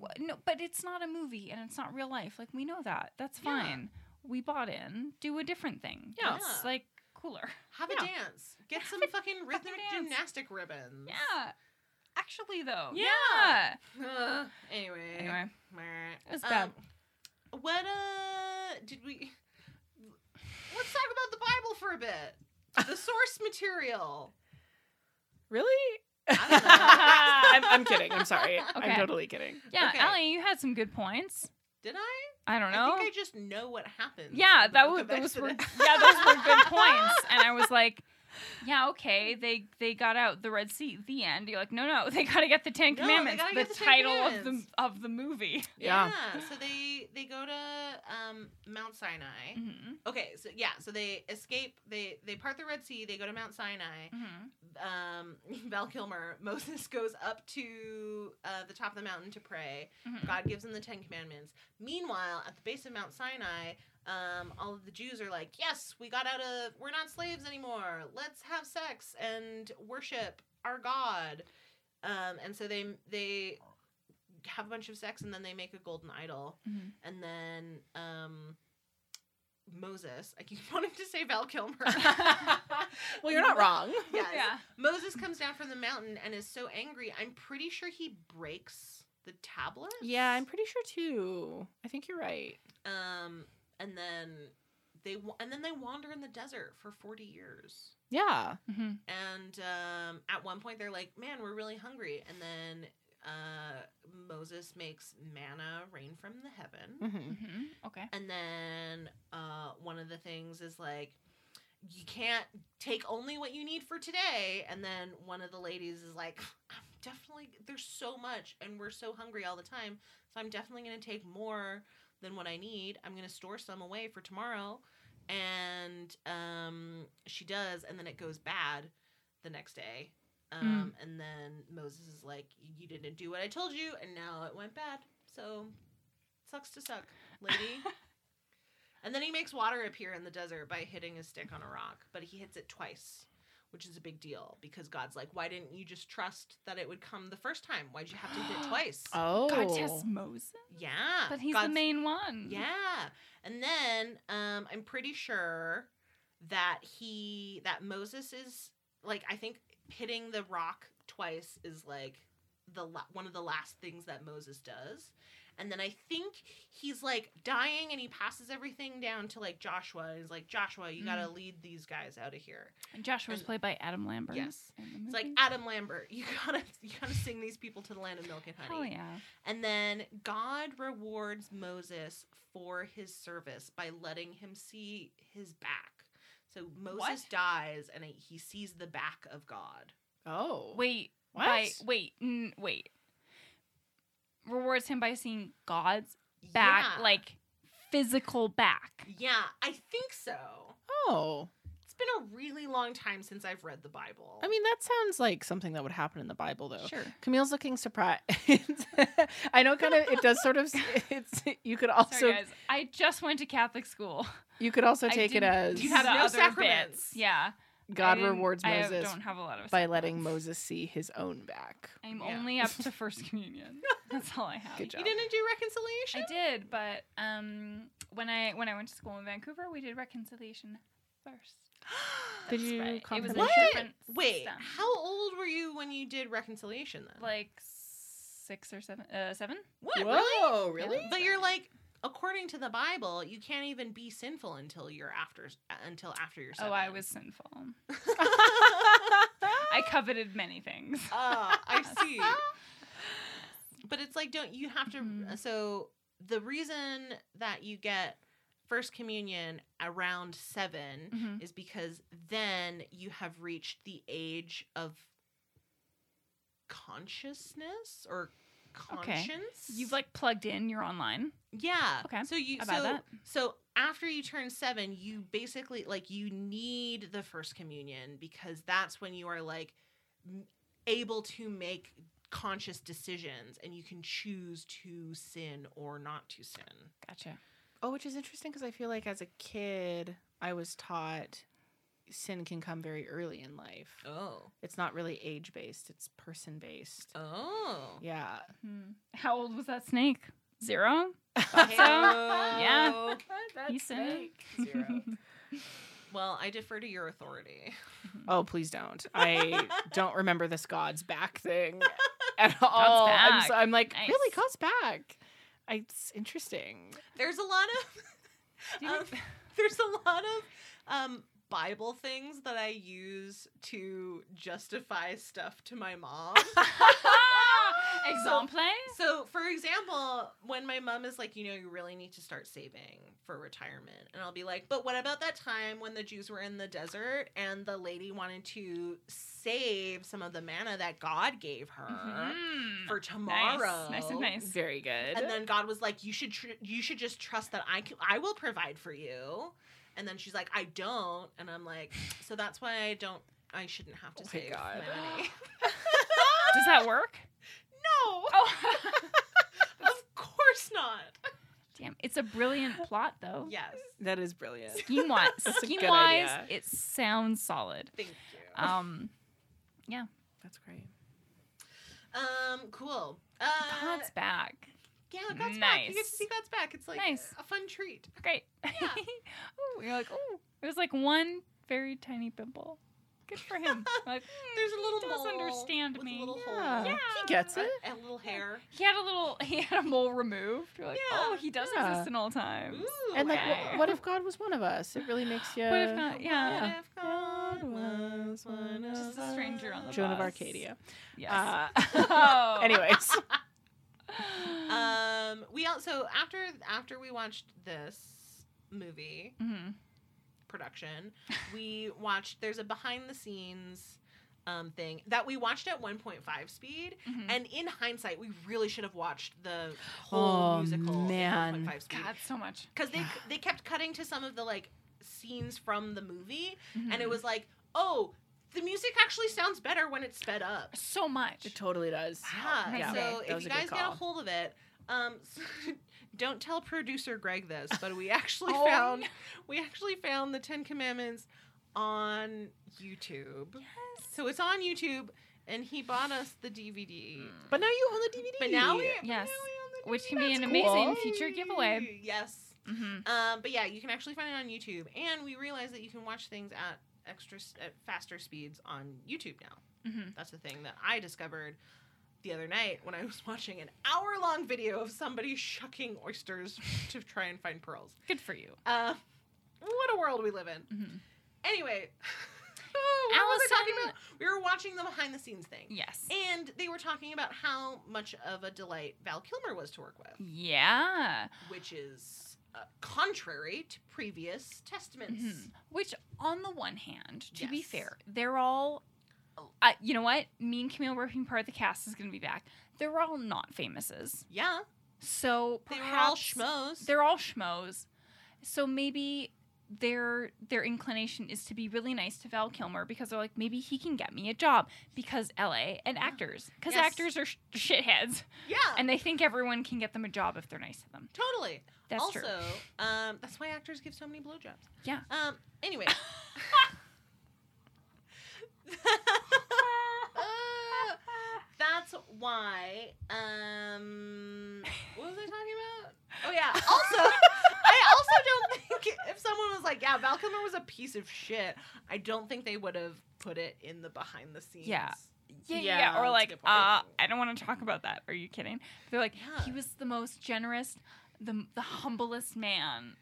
C: Wha- no but it's not a movie and it's not real life like we know that that's
D: Yeah.
C: fine we bought in do a different thing
E: Yeah.
C: it's like cooler
D: Have
E: Yeah.
D: a dance. Get some fucking rhythmic
C: dance.
D: gymnastic ribbons.
C: yeah actually though
D: Yeah. Eh.
C: yeah.
D: Ugh, anyway.
C: anyway
D: Meh.
C: It's
D: Um,
C: bad.
D: What uh did we Let's talk about the Bible for a bit. The source material.
E: Really?
D: I don't know.
E: I'm, I'm kidding. I'm sorry.
C: Okay.
E: I'm totally kidding.
C: Yeah,
D: Okay.
C: Allie, you had some good points.
D: Did I?
C: I don't know.
D: I think I just know what happened.
C: yeah, that was those were yeah, those were good points. And I was like, yeah, okay, they they got out the Red Sea. The end. You're like, no, no, they got to get the Ten
D: No, they
C: Commandments.
D: gotta
C: The,
D: get the Ten
C: title
D: Commandments.
C: of the of the movie.
E: Yeah.
D: Yeah. So they they go to um Mount Sinai.
C: Mhm,
D: Okay, so yeah, so they escape. They they part the Red Sea. They go to Mount Sinai.
C: mhm.
D: Um, Val Kilmer, Moses goes up to uh, the top of the mountain to pray.
C: Mhm.
D: God gives him the Ten Commandments. Meanwhile, at the base of Mount Sinai, um, all of the Jews are like, "Yes, we got out of. We're not slaves anymore. Let's have sex and worship our God." Um, and so they they have a bunch of sex and then they make a golden idol
C: Mhm.
D: and then um Moses. I keep wanting to say Val Kilmer.
E: Well, you're not wrong.
D: Yes.
C: Yeah.
D: Moses comes down from the mountain and is so angry. I'm pretty sure he breaks the tablet.
E: Yeah, I'm pretty sure too. I think you're right.
D: Um, and then they wa- and then they wander in the desert for 40 years.
E: Yeah.
C: Mhm.
D: And um, at one point, they're like, "Man, we're really hungry." And then uh, Moses makes manna rain from the heaven.
E: hmm
C: Mhm. Okay.
D: And then uh, one of the things is like, you can't take only what you need for today. And then one of the ladies is like, I'm definitely, there's so much and we're so hungry all the time. So I'm definitely going to take more than what I need. I'm going to store some away for tomorrow. And um, she does. And then it goes bad the next day. Um, And then Moses is like, You didn't do what I told you. And now it went bad. So sucks to suck, lady. and then he makes water appear in the desert by hitting his stick on a rock, but he hits it twice, which is a big deal because God's like, why didn't you just trust that it would come the first time? Why'd you have to hit it twice?
E: Oh.
C: God tests Moses,
D: yeah.
C: but he's the
D: God's-
C: main one.
D: Yeah. And then um, I'm pretty sure that he, that Moses is like, I think hitting the rock twice is like the la- one of the last things that Moses does. And then I think he's like dying and he passes everything down to like Joshua. He's like, Joshua, you
C: Mm.
D: got to lead these guys out of here.
C: And Joshua's
D: And-
C: played by Adam Lambert.
D: Yes.
C: in the
D: It's like
C: movie.
D: Adam Lambert, you gotta you gotta sing these people to the land of milk and honey.
C: Hell yeah.
D: And then God rewards Moses for his service by letting him see his back. So Moses
C: What?
D: dies and he sees the back of God.
E: Oh.
C: Wait,
E: What?
C: by wait, n- wait. Rewards him by seeing God's back,
D: Yeah.
C: like physical back.
D: Yeah, I think so.
E: Oh.
D: It's been a really long time since I've read the Bible.
E: I mean, that sounds like something that would happen in the Bible, though.
C: Sure.
E: Camille's looking surprised. I know, kind of. It does sort of. It's. You could also.
C: Sorry, guys. I just went to Catholic school.
E: You could also
C: I
E: take it
C: didn't
E: as.
C: do
D: You have
C: the
D: no
C: other
D: sacraments.
C: bits. Yeah.
E: God
C: didn't-
E: rewards
C: I
E: Moses
C: don't have a lot of
E: by
C: setbacks.
E: letting Moses see his own back.
C: I'm
D: Yeah.
C: only up to first communion. That's all I have.
E: Good job.
D: You didn't do reconciliation?
C: I did, but um, when I when I went to school in Vancouver, we did reconciliation first.
E: Did
C: That's
E: you
C: right. It was a
E: comprehend?
C: different
D: Wait,
C: system.
D: how old were you when you did reconciliation then?
C: Like six or seven? Uh, seven?
D: what? Really?
E: Whoa, really?
D: But you're like, according to the Bible, you can't even be sinful until you're after until after you're.
C: Oh,
D: Seven.
C: I was sinful.
D: oh,
C: I coveted many things.
D: uh, I see. But it's like, don't you have to?
C: Mhm.
D: So the reason that you get first communion around 7
C: Mhm.
D: is because then you have reached the age of consciousness or conscience.
C: You've like plugged in. You're online.
D: Yeah.
C: Okay.
D: So you
C: About
D: so
C: that.
D: so after you turn seven, you basically like you need the first communion because that's when you are like m- able to make conscious decisions and you can choose to sin or not to sin.
C: Gotcha.
E: Oh, which is interesting because I feel like as a kid, I was taught sin can come very early in life.
D: Oh.
E: It's not really age based, it's person based.
D: Oh.
E: Yeah.
C: Hmm. How old was that snake? Zero. Yeah. You said
E: Zero.
D: Well, I defer to your authority.
E: Oh, please don't. I don't remember this God's back thing at all. I'm, so-
C: back.
E: I'm like,
C: Nice.
E: really? God's back? I, it's interesting.
D: There's a lot of um, there's a lot of um, Bible things that I use to justify stuff to my mom.
C: Exemple.
D: so, for example, when my mom is like, you know, you really need to start saving for retirement, and I'll be like, but what about that time when the Jews were in the desert and the lady wanted to save some of the manna that God gave her
C: Mhm.
D: uh, for tomorrow?
C: Nice, nice and nice.
E: Very good.
D: And then God was like, "You should tr- you should just trust that I can- I will provide for you." And then she's like, "I don't," and I'm like, "So that's why I don't. I shouldn't have to
E: Oh my
D: save
E: God.
D: my money."
C: Does that work?
D: no,
C: Oh,
D: of course not.
C: damn! It's a brilliant plot, though.
D: Yes,
E: that is brilliant.
C: Scheme wise,
E: That's a good
C: scheme wise,
E: idea.
C: it sounds solid.
D: thank you.
C: Um,
E: That's great.
D: Um, cool. Uh,
C: God's back.
D: yeah, God's back. You get to
C: nice.
D: see God's back. It's like
C: Nice.
D: a fun treat.
C: Great. Ooh, you're like, oh, it was like one very tiny pimple. Good for him. Like, mm,
D: There's a little
C: he does
D: mole
C: understand
D: with
C: me.
D: A little
E: Yeah.
D: hole.
C: yeah,
E: He gets it.
D: A, a little hair.
C: He had a little. He had a mole removed. You're like,
D: Yeah,
C: oh, he does
E: yeah.
C: exist in all time.
D: Ooh,
E: And like,
C: Okay.
E: wh- what if God was one of us? It really makes you
C: What if not?
D: What
C: Yeah.
D: if God was one of
E: Just
C: a stranger on the
D: us?
E: Joan of
C: Us.
E: Arcadia.
C: Yes.
E: Uh,
C: Oh.
E: anyways,
D: Um, we also after after we watched this movie
C: Mhm.
D: production, we watched. There's a behind the scenes um, thing that we watched at 1.5 speed,
E: Mm-hmm.
C: Mhm.
D: and in hindsight, we really should have watched the whole
E: Oh,
D: musical
E: man.
D: at 1.5 speed
C: God, so much.
D: because they they kept cutting to some of the like scenes from the movie, and it
E: Mm-hmm.
C: Mhm.
D: was like, oh, the music actually sounds better when it's sped up.
C: so much.
E: it totally does.
D: Yeah.
C: Yeah.
D: So
E: That
D: if
E: was
D: you
E: a good
D: guys get a
E: call.
D: hold of it, um, don't tell producer Greg this, but we actually
C: Oh,
D: found we actually found the Ten Commandments on YouTube. So it's on YouTube, and he bought us the DVD.
E: But now you own the DVD.
D: But now we but now
C: Yes.
D: we own the
C: Which
D: DVD.
C: can be
D: That's
C: an amazing
D: cool.
C: future giveaway.
D: Yes.
C: Mhm.
D: Um, but yeah, you can actually find it on YouTube, and we realize that you can watch things at extra s- at faster speeds on YouTube now.
C: Mhm.
D: That's the thing that I discovered the other night when I was watching an hour long video of somebody shucking oysters to try and find pearls.
C: Good for you.
D: Uh, what a world we live in.
C: Mhm.
D: Anyway, what were we talking
C: Allison-
D: about? We were watching the behind the scenes thing,
C: Yes.
D: and they were talking about how much of a delight Val Kilmer was to work with,
C: Yeah.
D: which is uh, contrary to previous testaments.
C: Mhm. Which, on the one hand, to be
D: Yes.
C: fair, they're all. I you know what? Me and Camille working part of the cast is going to be back. They're all not famouses.
D: Yeah,
C: So
D: they
C: perhaps
D: were all schmoes.
C: They're all schmoes. So maybe their their inclination is to be really nice to Val Kilmer because they're like maybe he can get me a job because LA and actors because
D: Yes.
C: actors are sh- shitheads
D: yeah,
C: and they think everyone can get them a job if they're nice to them.
D: totally.
C: That's
D: also,
C: true.
D: um, that's why actors give so many blowjobs.
C: Yeah.
D: Um. Anyway. why. Um, what was I talking about? Oh yeah. Also, I also don't think if someone was like, "Yeah, Val Kilmer was a piece of shit," I don't think they would have put it in the behind the scenes.
C: Yeah. Yeah, yeah,
D: Yeah,
C: yeah. Or
D: that's a
C: like,
D: good point.
C: uh, I don't want to talk about that. Are you kidding? They're like,
D: Yeah.
C: he was the most generous, the the humblest man.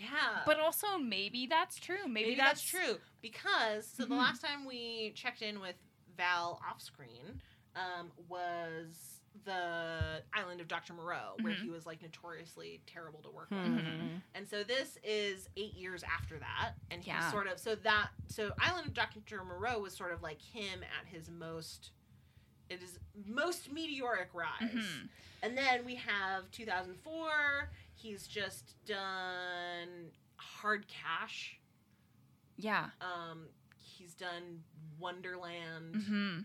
D: Yeah.
C: But also, maybe that's true. Maybe,
D: maybe, that's, true Mm-hmm. because so the
C: Mhm.
D: last time we checked in with Val off screen um, was the island of Dr. Moreau, where he was like notoriously terrible to
E: Hmm.
D: work with.
E: Mm-hmm.
C: Mhm.
D: And so this is eight years after that, and he
C: Yeah.
D: sort of so that so Island of Doctor Moreau was sort of like him at his most, it is most meteoric rise,
C: Mhm.
D: and then we have 2004. He's just done Hard Cash.
C: Yeah.
D: Um, he's done Wonderland.
C: hmm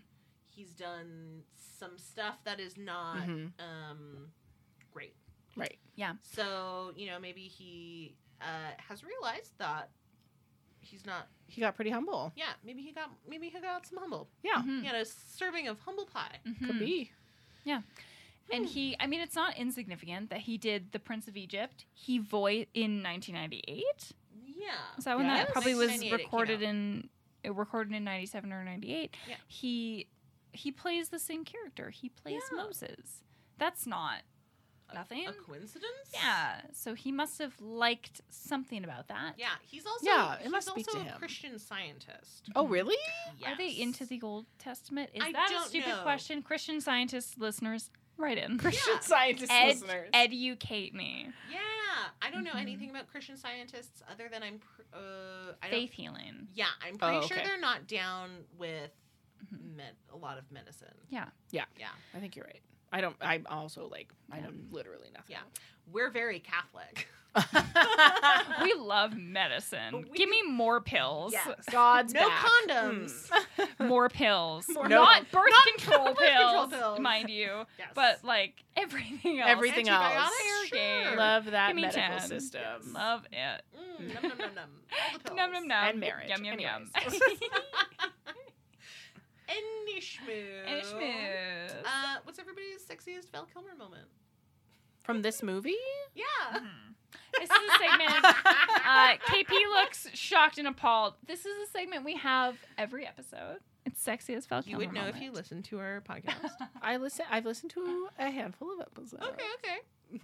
D: He's done some stuff that is not
C: Mm-hmm.
E: Mhm.
D: um great.
E: Right.
D: So, you know, maybe he uh, has realized that he's not.
E: He got pretty humble.
D: Yeah, maybe he got maybe he got some humble.
E: Yeah.
C: Mhm.
D: He had a serving of humble pie.
E: Could
C: Mhm.
E: be.
C: And he, I mean, it's not insignificant that he did The Prince of Egypt. He voiced in 1998.
D: Yeah.
C: Is that when
E: Yeah.
C: that
E: Yes.
C: probably was
D: 1998 it came
C: recorded
D: out.
C: in uh, recorded in 97 or 98?
D: Yeah.
C: He he plays the same character. He plays
D: Yeah.
C: Moses. That's not nothing.
D: A coincidence?
C: yeah. So he must have liked something about that.
D: Yeah, he's also
E: Yeah, it
D: he's
E: must
D: also
E: speak to
D: a
E: him.
D: Christian scientist.
E: Oh, really?
C: Are they into the Old Testament? Is
D: I
C: that a
D: don't
C: stupid
D: know.
C: question? Christian scientists listeners, write in.
E: Christian
D: Yeah.
E: scientist
C: Ed-
E: listeners.
C: educate me.
D: Yeah, I don't know
C: Mhm.
D: anything about Christian scientists other than I'm pr- uh I don't
C: Faith healing.
D: Yeah, I'm pretty
E: okay.
D: sure they're not down with
C: Mhm.
D: med- a lot of medicine.
C: Yeah.
E: Yeah.
D: Yeah.
E: I think you're right. I don't. I'm also like. I
C: Yeah.
E: know literally nothing.
D: Yeah. We're very Catholic.
C: We love medicine.
D: We-
C: Give me more pills.
E: God's
D: No
E: back.
D: condoms.
C: More pills.
D: More
C: Not birth control
D: birth
C: pills,
D: control pills.
C: mind you,
D: Yes.
C: but like everything else.
E: Everything else.
D: Antibiotics?
C: Fair game.
D: Sure.
E: Love
C: Give
E: that
C: me
E: medical
C: 10.
E: system.
C: Love it.
D: Mm, num, num, num, num. All the pills.
C: Num num num.
E: And marriage.
C: Yum yum yum.
E: Anyways.
D: Any schmoo.
C: And schmooze.
D: Uh, what's everybody's sexiest Val Kilmer moment?
E: From this movie?
D: Yeah.
C: Mhm. This is a segment. Uh, KP looks shocked and appalled. This is a segment we have every episode. It's sexy as Val
D: you would
C: Kilmer
D: know if you
C: moment.
D: listened to our podcast.
E: I listen. I've listened to a handful of episodes.
D: okay, okay.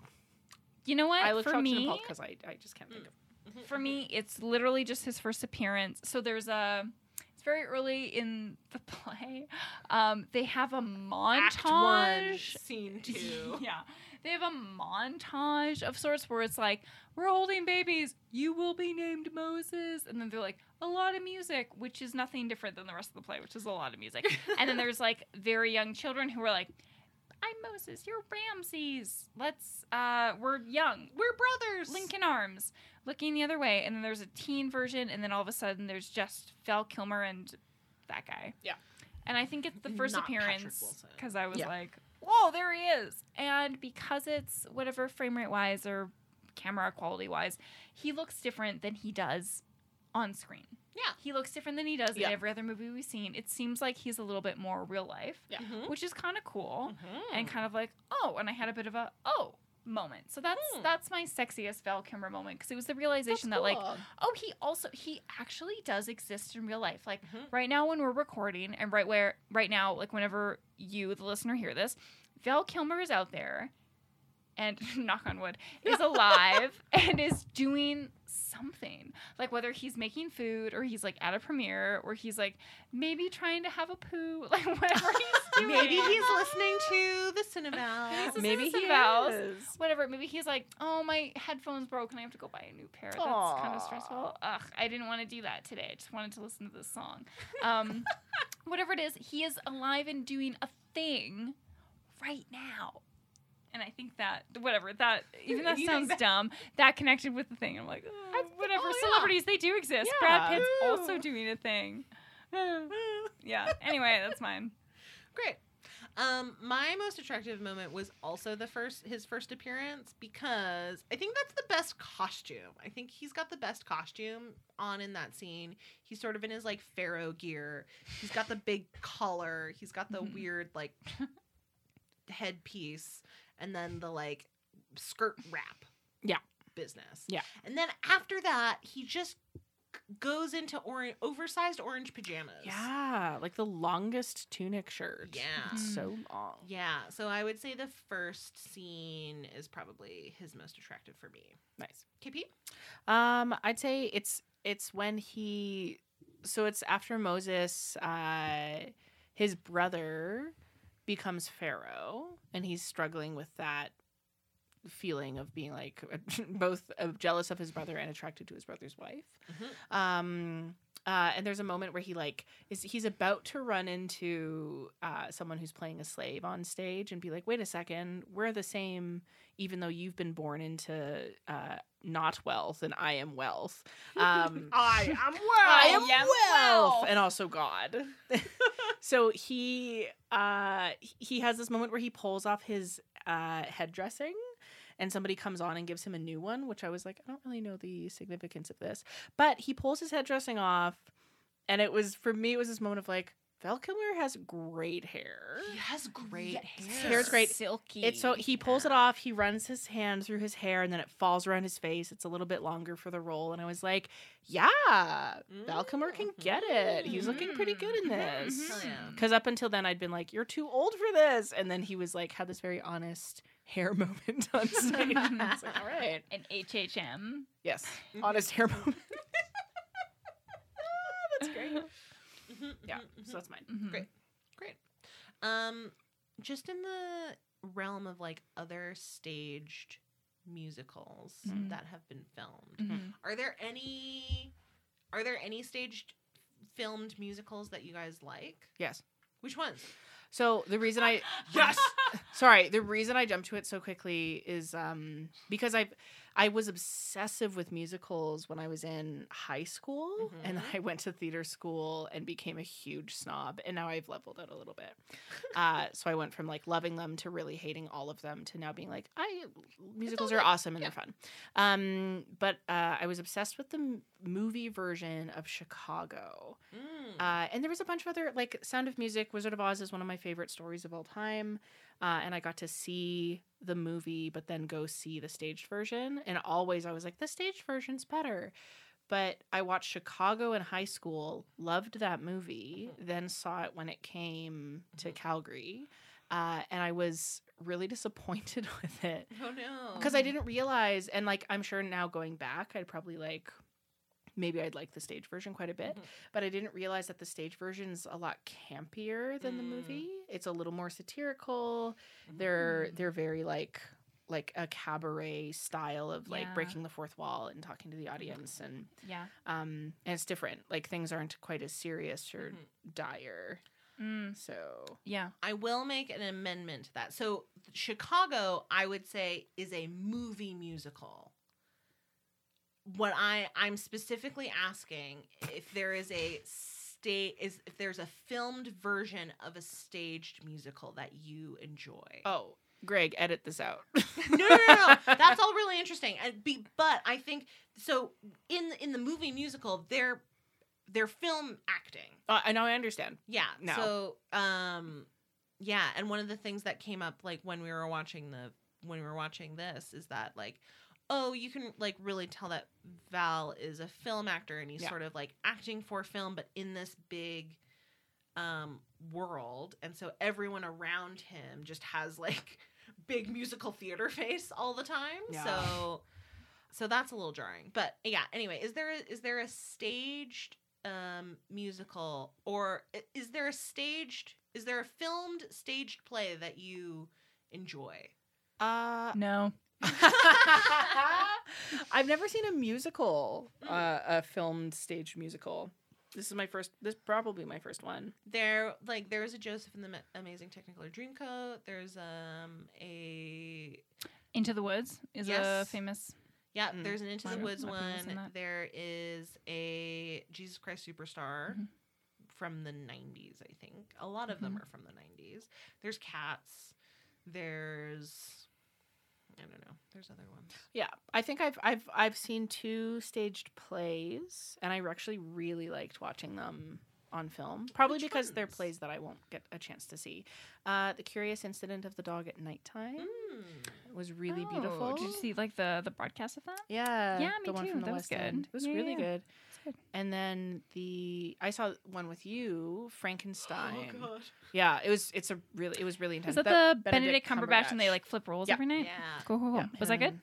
C: You know what?
E: I look
C: For
E: shocked and
C: me,
E: appalled because I, I just can't think of.
C: for me, it's literally just his first appearance. So there's a. It's very early in the play. Um, they have a montage.
D: Act one, scene two.
C: yeah. They have a montage of sorts where it's like, we're holding babies, you will be named Moses. And then they're like, a lot of music, which is nothing different than the rest of the play, which is a lot of music. and then there's like very young children who are like, I'm Moses, you're Ramses. Let's, uh, we're young.
D: We're brothers.
C: Lincoln Arms, looking the other way. And then there's a teen version. And then all of a sudden there's just Val Kilmer and that guy.
E: Yeah.
C: And I think it's the first
D: Not Patrick
C: appearance
D: Wilson.
C: because I was
E: Yeah.
C: like, whoa, there he is. And because it's whatever frame rate wise or camera quality wise, he looks different than he does on screen.
D: Yeah.
C: He looks different than he does
E: Yeah.
C: in every other movie we've seen. It seems like he's a little bit more real life,
E: Yeah.
D: Mhm.
C: which is kind of cool and
D: Mhm.
C: kind of like oh and i had a bit of a oh moment so that's
D: Hmm.
C: that's my sexiest val kilmer moment because it was the realization that like oh he also he actually does exist in real life like
D: Mhm.
C: right now when we're recording and right where right now like whenever you the listener hear this val kilmer is out there and knock on wood is alive and is doing something like whether he's making food or he's like at a premiere or he's like maybe trying to have a poo like whatever he's doing
D: Maybe he's listening to the Cineval.
C: This is
E: maybe
C: Citizen
E: he
C: Bells.
E: is.
C: whatever. Maybe he's like, oh, my headphones broke and I have to go buy a new pair. That's kind of
E: Aw.
C: stressful. Ugh, I didn't want to do that today. I just wanted to listen to this song. Um, whatever it is, he is alive and doing a thing right now. And I think that whatever that even that
D: You think
C: sounds
D: that-
C: dumb. That connected with the thing. I'm like, "Oh, whatever.
D: oh, yeah.
C: Celebrities, they do exist. Brad
E: Yeah.
C: Pitt's
D: Ooh.
C: also doing a thing. yeah. Anyway, that's mine.
D: Great. Um, my most attractive moment was also the first his first appearance because I think that's the best costume. I think he's got the best costume on in that scene. He's sort of in his like
E: Mm-hmm.
D: pharaoh gear. He's got the big collar. He's got the
C: Mhm.
D: weird like headpiece and then the like skirt wrap.
E: Yeah.
D: Business.
E: Yeah.
D: And then after that, he just g- goes into orange oversized orange pajamas.
E: Yeah, like the longest tunic shirt.
D: Yeah.
E: It's so long.
D: Yeah, so I would say the first scene is probably his most attractive for me.
E: Nice.
D: KP?
E: Um, I'd say it's it's when he so it's after Moses, uh his brother becomes Pharaoh and he's struggling with that feeling of being like both uh, jealous of his brother and attracted to his brother's wife. Um uh, and there's a moment where he like is he's about to run into uh, someone who's playing a slave on stage and be like, wait a second, we're the same even though you've been born into uh, not wealth and I am wealth. Um,
D: I am
E: I
D: well.
E: am
C: am
E: wealth.
C: wealth.
E: and also God. so he uh, he has this moment where he pulls off his uh, head dressing. And somebody comes on and gives him a new one, which I was like, I don't really know the significance of this. But he pulls his head dressing off, and it was for me, it was this moment of like, Val Kilmer has great hair.
D: He has great hair.
E: Hair's great.
C: Silky.
E: It's so he pulls it off, he runs his hand through his hair, and then it falls around his face. It's a little bit longer for the role. And I was like, yeah, Valcomer can get it. He's looking pretty good
D: Mm-hmm.
E: in this.
D: Hell yeah.
E: Because up until then, I'd been like, you're too old for this. And then he was like, had this very honest hair moment on stage. And I was like, all right.
C: an HHM.
E: Yes, honest hair moment. that's great.
D: Mhm,
E: Yeah,
D: mhm, mhm.
E: so that's mine.
C: Mhm.
D: Great. Great. Um, just in the realm of like other staged musicals
E: Mm.
C: Mhm.
D: that have been filmed,
C: Mhm.
D: are there any? Are there any staged filmed musicals that you guys like?
E: Yes.
D: Which ones?
E: So the reason I yes, sorry, the reason I jumped to it so quickly is um because I I was obsessive with musicals when I was in high school and I went to theater school and became a huge snob and now I've leveled out a little bit. Uh, so I went from like loving them to really hating all of them to now being like I musicals are awesome and they're fun. Um, but uh, I was obsessed with the m- movie version of Chicago.
D: Mm.
E: Uh, and there was a bunch of other like Sound of Music. Wizard of Oz is one of my favorite stories of all time, uh, and I got to see the movie, but then go see the staged version. And always I was like, the staged version's better. But I watched Chicago in high school, loved that movie, then saw it when it came to Calgary, uh, and I was really disappointed with it
D: oh no.
E: because I didn't realize, and like I'm sure now going back, I'd probably like maybe I'd like the stage version quite a bit,
D: Mhm.
E: but I didn't realize that the stage version's a lot campier than the
D: Mm.
E: movie. It's a little more satirical. They're they're very like like a cabaret style of like
C: Yeah.
E: breaking the fourth wall and talking to the audience and
C: Yeah.
E: um and it's different. Like things aren't quite as serious or
D: Mhm.
E: dire.
C: Mm.
E: So
C: Yeah.
D: I will make an amendment to that. So Chicago, I would say, is a movie musical. What I I'm specifically asking if there is a state is if there's a filmed version of a staged musical that you enjoy.
E: oh, Greg, edit this out.
D: No, no, no, no. That's all really interesting. And be, but I think so. In in the movie musical, they're they're film acting.
E: Uh, I know I understand.
D: Yeah.
E: No.
D: So, um, yeah, and one of the things that came up like when we were watching the when we were watching this is that like, oh, you can like really tell that Val is a film actor and he's
E: Yeah.
D: sort of like acting for film, but in this big um world, and so everyone around him just has like big musical theater face all the time.
E: Yeah.
D: So. So that's a little jarring, but yeah. Anyway, is there is there a staged um musical or i- is there a staged is there a filmed staged play that you enjoy
E: Uh
C: No.
E: I've never seen a musical,
C: Mm.
E: uh, a filmed stage musical. This is my first. This is probably my first one.
D: there like there's a joseph and the Ma- amazing technicolor dreamcoat there's um a
C: Into the Woods is a
D: Yes.
C: famous.
D: yeah
E: Mm.
D: there's an into the
C: Sure.
D: woods
C: I think I've seen
D: one
C: that.
D: there is a jesus christ superstar
C: Mhm.
D: from the 90s i think a lot of
C: Mm-hmm.
D: them are from the 90s there's cats there's i don't know there's other ones
E: Yeah, I think I've I've I've seen two staged plays, and I actually really liked watching them on film, probably
D: Which
E: because they're
D: ones?
E: plays that I won't get a chance to see. Uh, the Curious Incident of the Dog at Nighttime
D: Mm.
E: was really
C: Oh,
E: beautiful.
C: Did you see like the the broadcast of that?
E: Yeah,
C: Yeah, me
E: the one
C: too.
E: from the
C: That was
E: West
C: good.
E: End. It was
C: Yeah,
E: really
C: yeah.
E: good.
C: good.
E: And then the I saw one with you, Frankenstein.
D: Oh god.
E: Yeah, it was. It's a really. It was really intense.
C: Is that,
E: That
C: the Benedict, Cumberbatch, and they like flip rolls
E: Yeah.
C: every night?
D: Yeah.
C: Cool, cool, cool.
E: Yeah, Mm.
C: Was that good?
E: and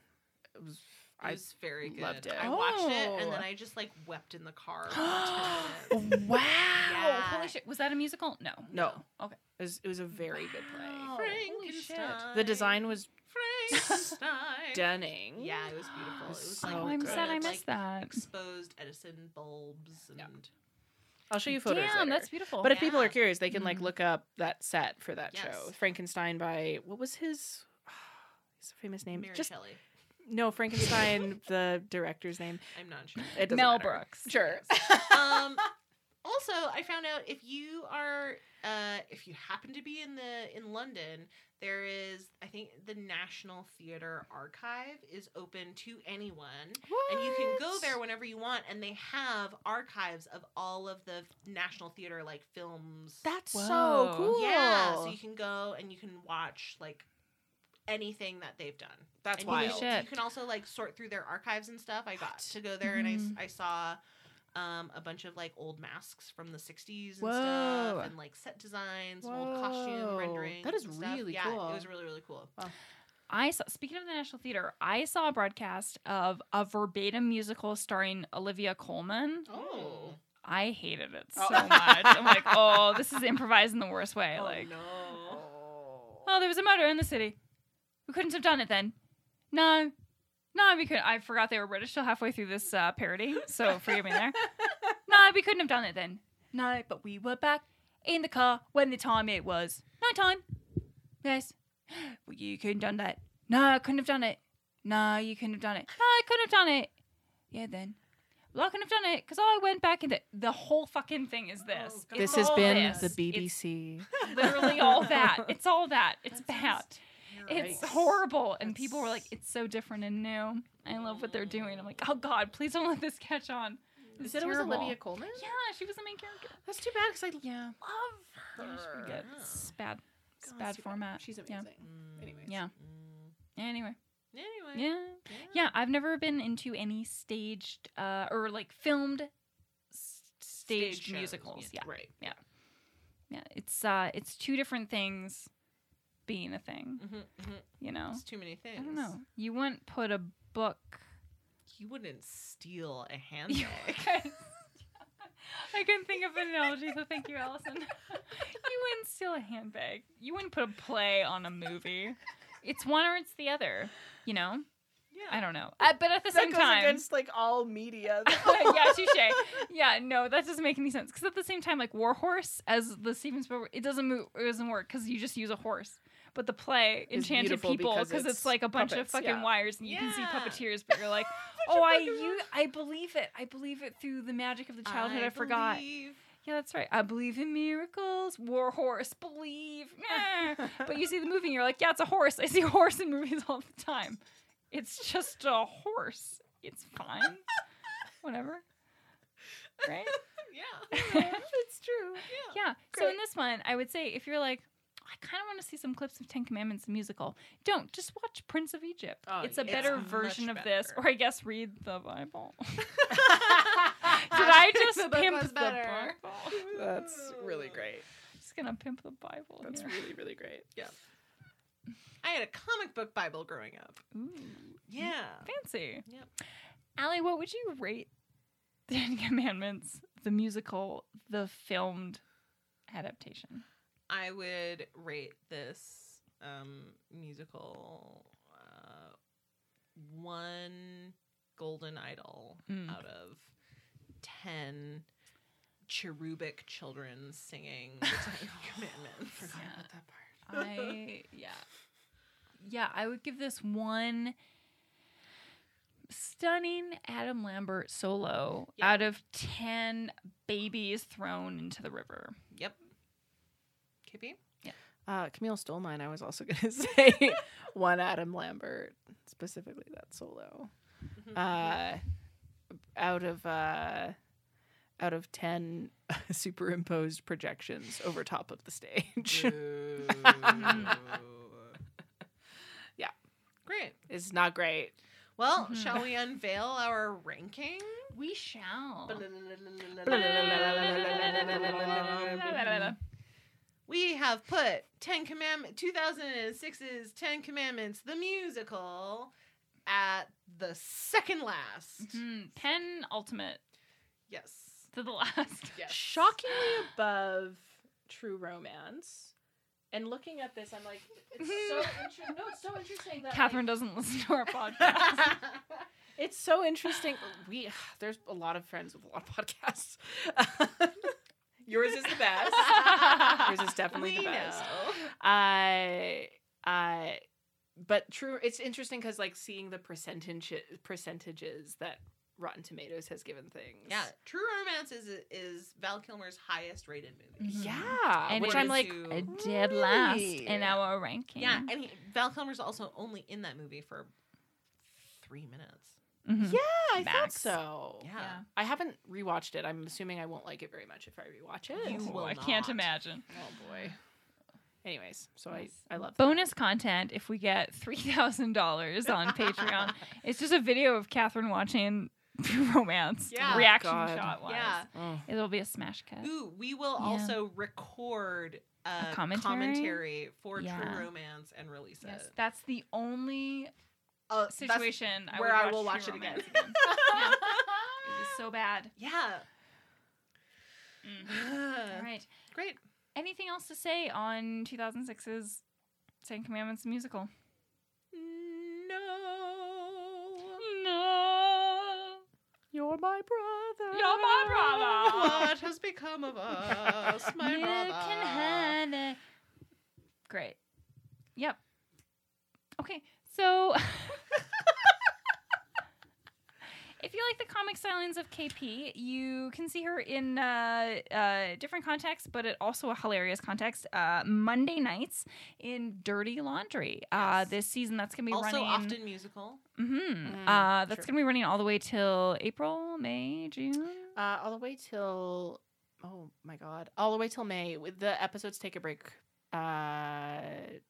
E: It was.
D: It
E: I
D: was very good.
E: loved it.
D: I watched it
C: Oh.
D: and then I just like wept in the car. For 10 minutes.
E: wow.
C: Oh, holy shit! Was that a musical? No.
E: No.
C: Oh, Okay.
E: It was, it was a very good play.
D: Frankenstein.
E: Oh, The design was
D: Frankenstein.
E: stunning.
D: Yeah, it was beautiful. It
E: It's
D: was
E: so
D: like
E: Oh,
C: Oh, I'm
E: good.
C: sad I
D: like,
C: missed that.
D: Exposed Edison bulbs and
E: I'll show you photos.
C: Damn,
E: later.
C: that's beautiful.
E: But if people
D: Yeah.
E: are curious, they can like
C: Mhm.
E: look up that set for that show.
D: Yes.
E: Frankenstein by what was his? His famous name?
D: Mary
E: Just
D: Shelley.
E: no Frankenstein. the director's name.
D: I'm not sure.
E: It doesn't
C: Mel
E: matter.
C: Brooks.
E: Sure.
D: um, also, I found out if you are, uh, if you happen to be in the in London, there is, I think, the National Theatre Archive is open to anyone, and you can go
E: What?
D: there whenever you want, and they have archives of all of the National Theatre like films.
E: That's so
C: Whoa.
E: cool.
D: yeah, so you can go and you can watch like anything that they've done.
E: That's
D: And
E: wild.
D: You, can-
C: Shit.
D: you can also like sort through their archives and stuff. I got
E: What?
D: to go there and I s-
C: Mhm.
D: I, saw um, a bunch of like old masks from the 60s and
E: Whoa.
D: stuff and like set designs, and old costume
E: Whoa.
D: renderings.
E: That is
D: and stuff.
E: really
D: yeah,
E: cool.
D: It was really, really cool.
C: I saw. Speaking of the National Theater, I saw a broadcast of a verbatim musical starring Olivia Colman.
D: Oh,
C: I hated it so
E: Oh.
C: much. I'm like, oh, this is improvised in the worst way. like,
D: no.
C: oh, there was a murder in the city. We couldn't have done it then. No, no, we could. I forgot they were British till halfway through this uh, parody, so forgive me there. no, we couldn't have done it then. No, but we were back in the car when the time it was night time. Yes, well, you couldn't done that. No, I couldn't have done it. No, you couldn't have done it. No, I couldn't have done it. Yeah, then. Well, I couldn't have done it because I went back into the whole fucking thing is this.
D: God.
C: It's
E: This has
C: all
E: been
C: this.
E: the
C: It's
E: BBC.
C: literally all that. It's all that. It's
D: That
C: bad.
D: sounds terrible.
C: It's horrible. And people were like,
E: That's-
C: it's so different and new. I love what they're doing. I'm like, oh God, please don't let this catch on.
E: You
C: It's
E: said it was
C: terrible.
E: Olivia Colman?
C: Yeah, she was the main character.
E: That's too bad because I yeah.
C: Love her. Yeah, she's pretty good. It's bad. It's bad format.
E: She's
C: Yeah.
E: amazing.
D: Mm,
E: Anyways.
C: Yeah.
D: mm.
C: Anyway.
D: Anyway.
C: Yeah. Yeah, I've never been into any staged uh, or like filmed s-
D: Stage
C: staged
D: shows,
C: musicals. Yeah.
D: Right.
C: Yeah. It's uh it's two different things being a thing,
D: hmm
C: you know.
D: It's too many things.
C: Oh. I don't know. You wouldn't put a book
D: You wouldn't steal a
C: You
D: handbag.
C: guys- I couldn't think of an analogy, so thank you, Allison. you wouldn't steal a handbag. You wouldn't put a play on a movie. It's one or it's the other, you know?
D: yeah.
C: I don't know. Uh, but at the same time,
E: like all media.
C: yeah, touche. Yeah, no, that doesn't make any sense. Because at the same time, like Warhorse as the Steven Spielberg, it doesn't move, it doesn't work because you just use a horse. But the play
E: It's
C: Enchanted
E: beautiful
C: People
E: because
C: because it's,
E: it's
C: like a bunch of
E: puppets,
C: fucking
E: yeah.
C: wires and you can see
D: Yeah.
C: puppeteers, but you're like, oh, I you, I believe it. I believe it through the magic of the childhood I, forgot.
D: believe-
C: Yeah, that's right. I believe in miracles. Warhorse, believe. Nah. but you see the movie and you're like, yeah, it's a horse. I see a horse in movies all the time. It's just a horse. It's fine. Whatever. Right?
D: Yeah.
E: it's true.
C: Yeah. So in this one, I would say if you're like, I kind of want to see some clips of Ten Commandments the musical. Don't just watch Prince of Egypt.
E: Oh,
C: it's a
E: yeah.
C: better
D: It's
C: version of
D: much
C: this,
D: better.
C: or I guess read the Bible. Did
D: I
C: I just
D: The book
C: pimp
D: was
C: the
D: better.
C: Bible?
E: That's really great.
C: I'm just gonna pimp the Bible.
E: That's
C: here.
E: really really great.
D: I had a comic book Bible growing up.
C: Ooh.
D: Yeah.
C: Fancy.
D: Yep.
C: Allie, what would you rate Ten Commandments, the musical, the filmed adaptation?
D: I would rate this um, musical uh, one golden idol
C: Mm.
D: out of ten cherubic children singing the Ten Commandments.
C: Yeah. I yeah. Yeah, I would give this one stunning Adam Lambert solo
D: Yeah.
C: out of ten babies thrown into the river.
D: Yep. Kippy?
E: Uh, Camille stole mine. I was also gonna say one Adam Lambert specifically Mm-hmm. that solo. Uh, out of uh, out of 10 superimposed projections over top of the stage. Yeah.
D: Great.
E: it's not great.
D: Well, shall we unveil our ranking?
C: We shall. Mm-hmm.
D: We have put Ten Commandments, 2006's Ten Commandments, the musical, at the second last.
C: Mhm. Pen ultimate
D: Yes.
C: to the last.
D: Yes.
E: Shockingly above True Romance. And looking at this, I'm like, it's so interesting. No, it's so interesting that
C: mm-hmm. Catherine doesn't listen to our podcast.
E: It's so interesting. We there's a lot of friends with a lot of podcasts. Yours is the best. Yours is definitely
D: we
E: the best.
D: know.
E: I I but true it's interesting cuz like seeing the percentage percentages that Rotten Tomatoes has given things.
D: Yeah, True Romance is is Val Kilmer's highest rated movie.
E: Mm-hmm.
C: Mhm.
E: Yeah,
C: And
E: which
C: it
E: I'm
C: is
E: like
D: who-
C: I did last in
E: Really?
C: our ranking.
D: Yeah, and he, Val Kilmer's also only in that movie for three minutes.
C: Mhm.
E: Yeah, I thought
C: Max.
E: so.
D: Yeah.
E: I haven't rewatched it. I'm assuming I won't like it very much if I rewatch it.
D: You
C: Oh,
D: will
C: I can't
D: not.
C: imagine.
E: Oh boy. Anyways, so
C: Yes.
E: I I love
C: Bonus content if we get three thousand dollars on Patreon. it's just a video of Catherine watching romance
D: Yeah.
C: reaction
E: God.
C: shot wise.
D: Yeah.
E: Mm.
C: It'll be a smash cut.
D: Ooh, we will
C: Yeah.
D: also record uh,
C: commentary?
D: commentary for
C: Yeah.
D: True Romance and release it.
C: Yes, that's the only
D: Uh, that's-
C: situation I
D: where
C: would
D: I will
C: watch True
D: watch it
C: Romance
D: again.
C: Yeah. It was so bad.
D: yeah.
C: Mm. All right.
D: Great.
C: Anything else to say on 2006's Ten Commandments musical?
D: No.
C: No.
E: You're my brother.
C: You're my brother.
D: What has become of us, my
C: you
D: brother?
C: can have it. Great. Yep. Okay, so if you like the comic stylings of KP, you can see her in uh, uh, different contexts, but it also a hilarious context. Uh, Monday nights in Dirty Laundry. Uh,
D: Yes.
C: this season, that's gonna be
D: also
C: running.
D: often musical.
C: hmm
E: Mm,
C: uh, that's
E: sure.
C: gonna be running all the way till April, May, June.
E: Uh, all the way till oh my god, all the way till May. With the episodes take a break. Uh,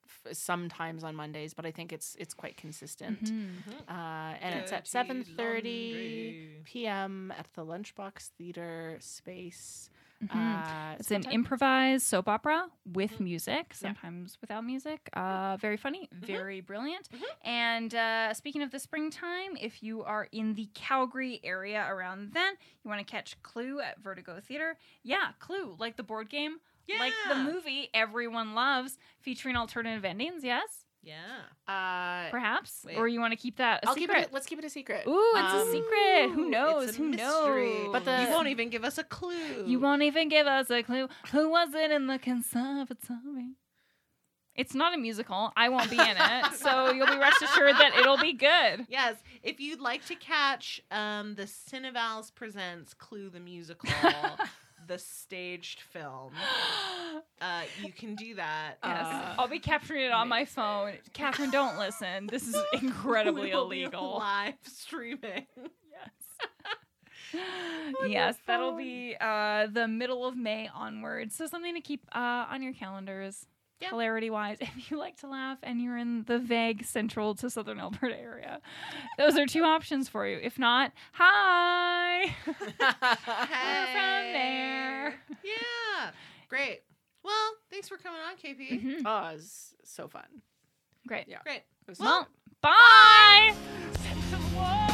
E: f- sometimes on Mondays, but I think it's it's quite consistent.
C: Mhm.
E: Uh, and it's at
D: Dirty
E: seven thirty
D: laundry.
E: p.m. at the Lunchbox Theater space.
C: Mhm.
E: Uh,
C: It's an
E: sometime-
C: improvised soap opera with
D: Mhm.
E: Mm-hmm.
C: music, sometimes without music. Uh, very funny, very brilliant.
D: Mhm.
E: Mm-hmm.
C: And uh, speaking of the springtime, if you are in the Calgary area around then, you want to catch Clue at Vertigo Theater. Yeah, Clue, like the board game, like the
D: Yeah.
C: movie everyone loves, featuring alternative endings. Yes,
D: Yeah.
E: Uh,
C: perhaps,
D: Wait.
C: or you want to keep that a
E: I'll
C: secret.
E: keep it. Let's keep it a secret.
C: Ooh, it's
E: Um,
C: a secret. Who
D: Ooh,
C: knows?
D: it's a
C: Who
D: mystery.
C: knows?
E: But the-
D: you won't even give us a clue.
C: You won't even give us a clue. Who was it in the conservatory? It's not a musical. I won't be in it. So you'll be rest assured that it'll be good.
D: Yes, if you'd like to catch um, the Cinevals presents Clue the musical, the staged film, uh, you can do that.
C: Yes.
E: Uh,
C: I'll be capturing it on my phone. Catherine, don't listen. This is incredibly
D: We will be
C: illegal.
D: live streaming.
C: Yes.
D: On
C: yes,
D: your
C: that'll
D: phone.
C: be uh, the middle of May onward. So something to keep uh, on your calendars.
D: Yep.
C: Hilarity wise, if you like to laugh and you're in the vague central to southern Alberta area, those are two options for you. If not, hi. We're from there.
D: Yeah. Great. Well, thanks for coming on, KP.
C: Mhm.
E: Oh, it was so fun.
C: Great.
E: Yeah.
D: Great.
E: It was
C: Well,
E: fun.
C: bye.
D: Send them one.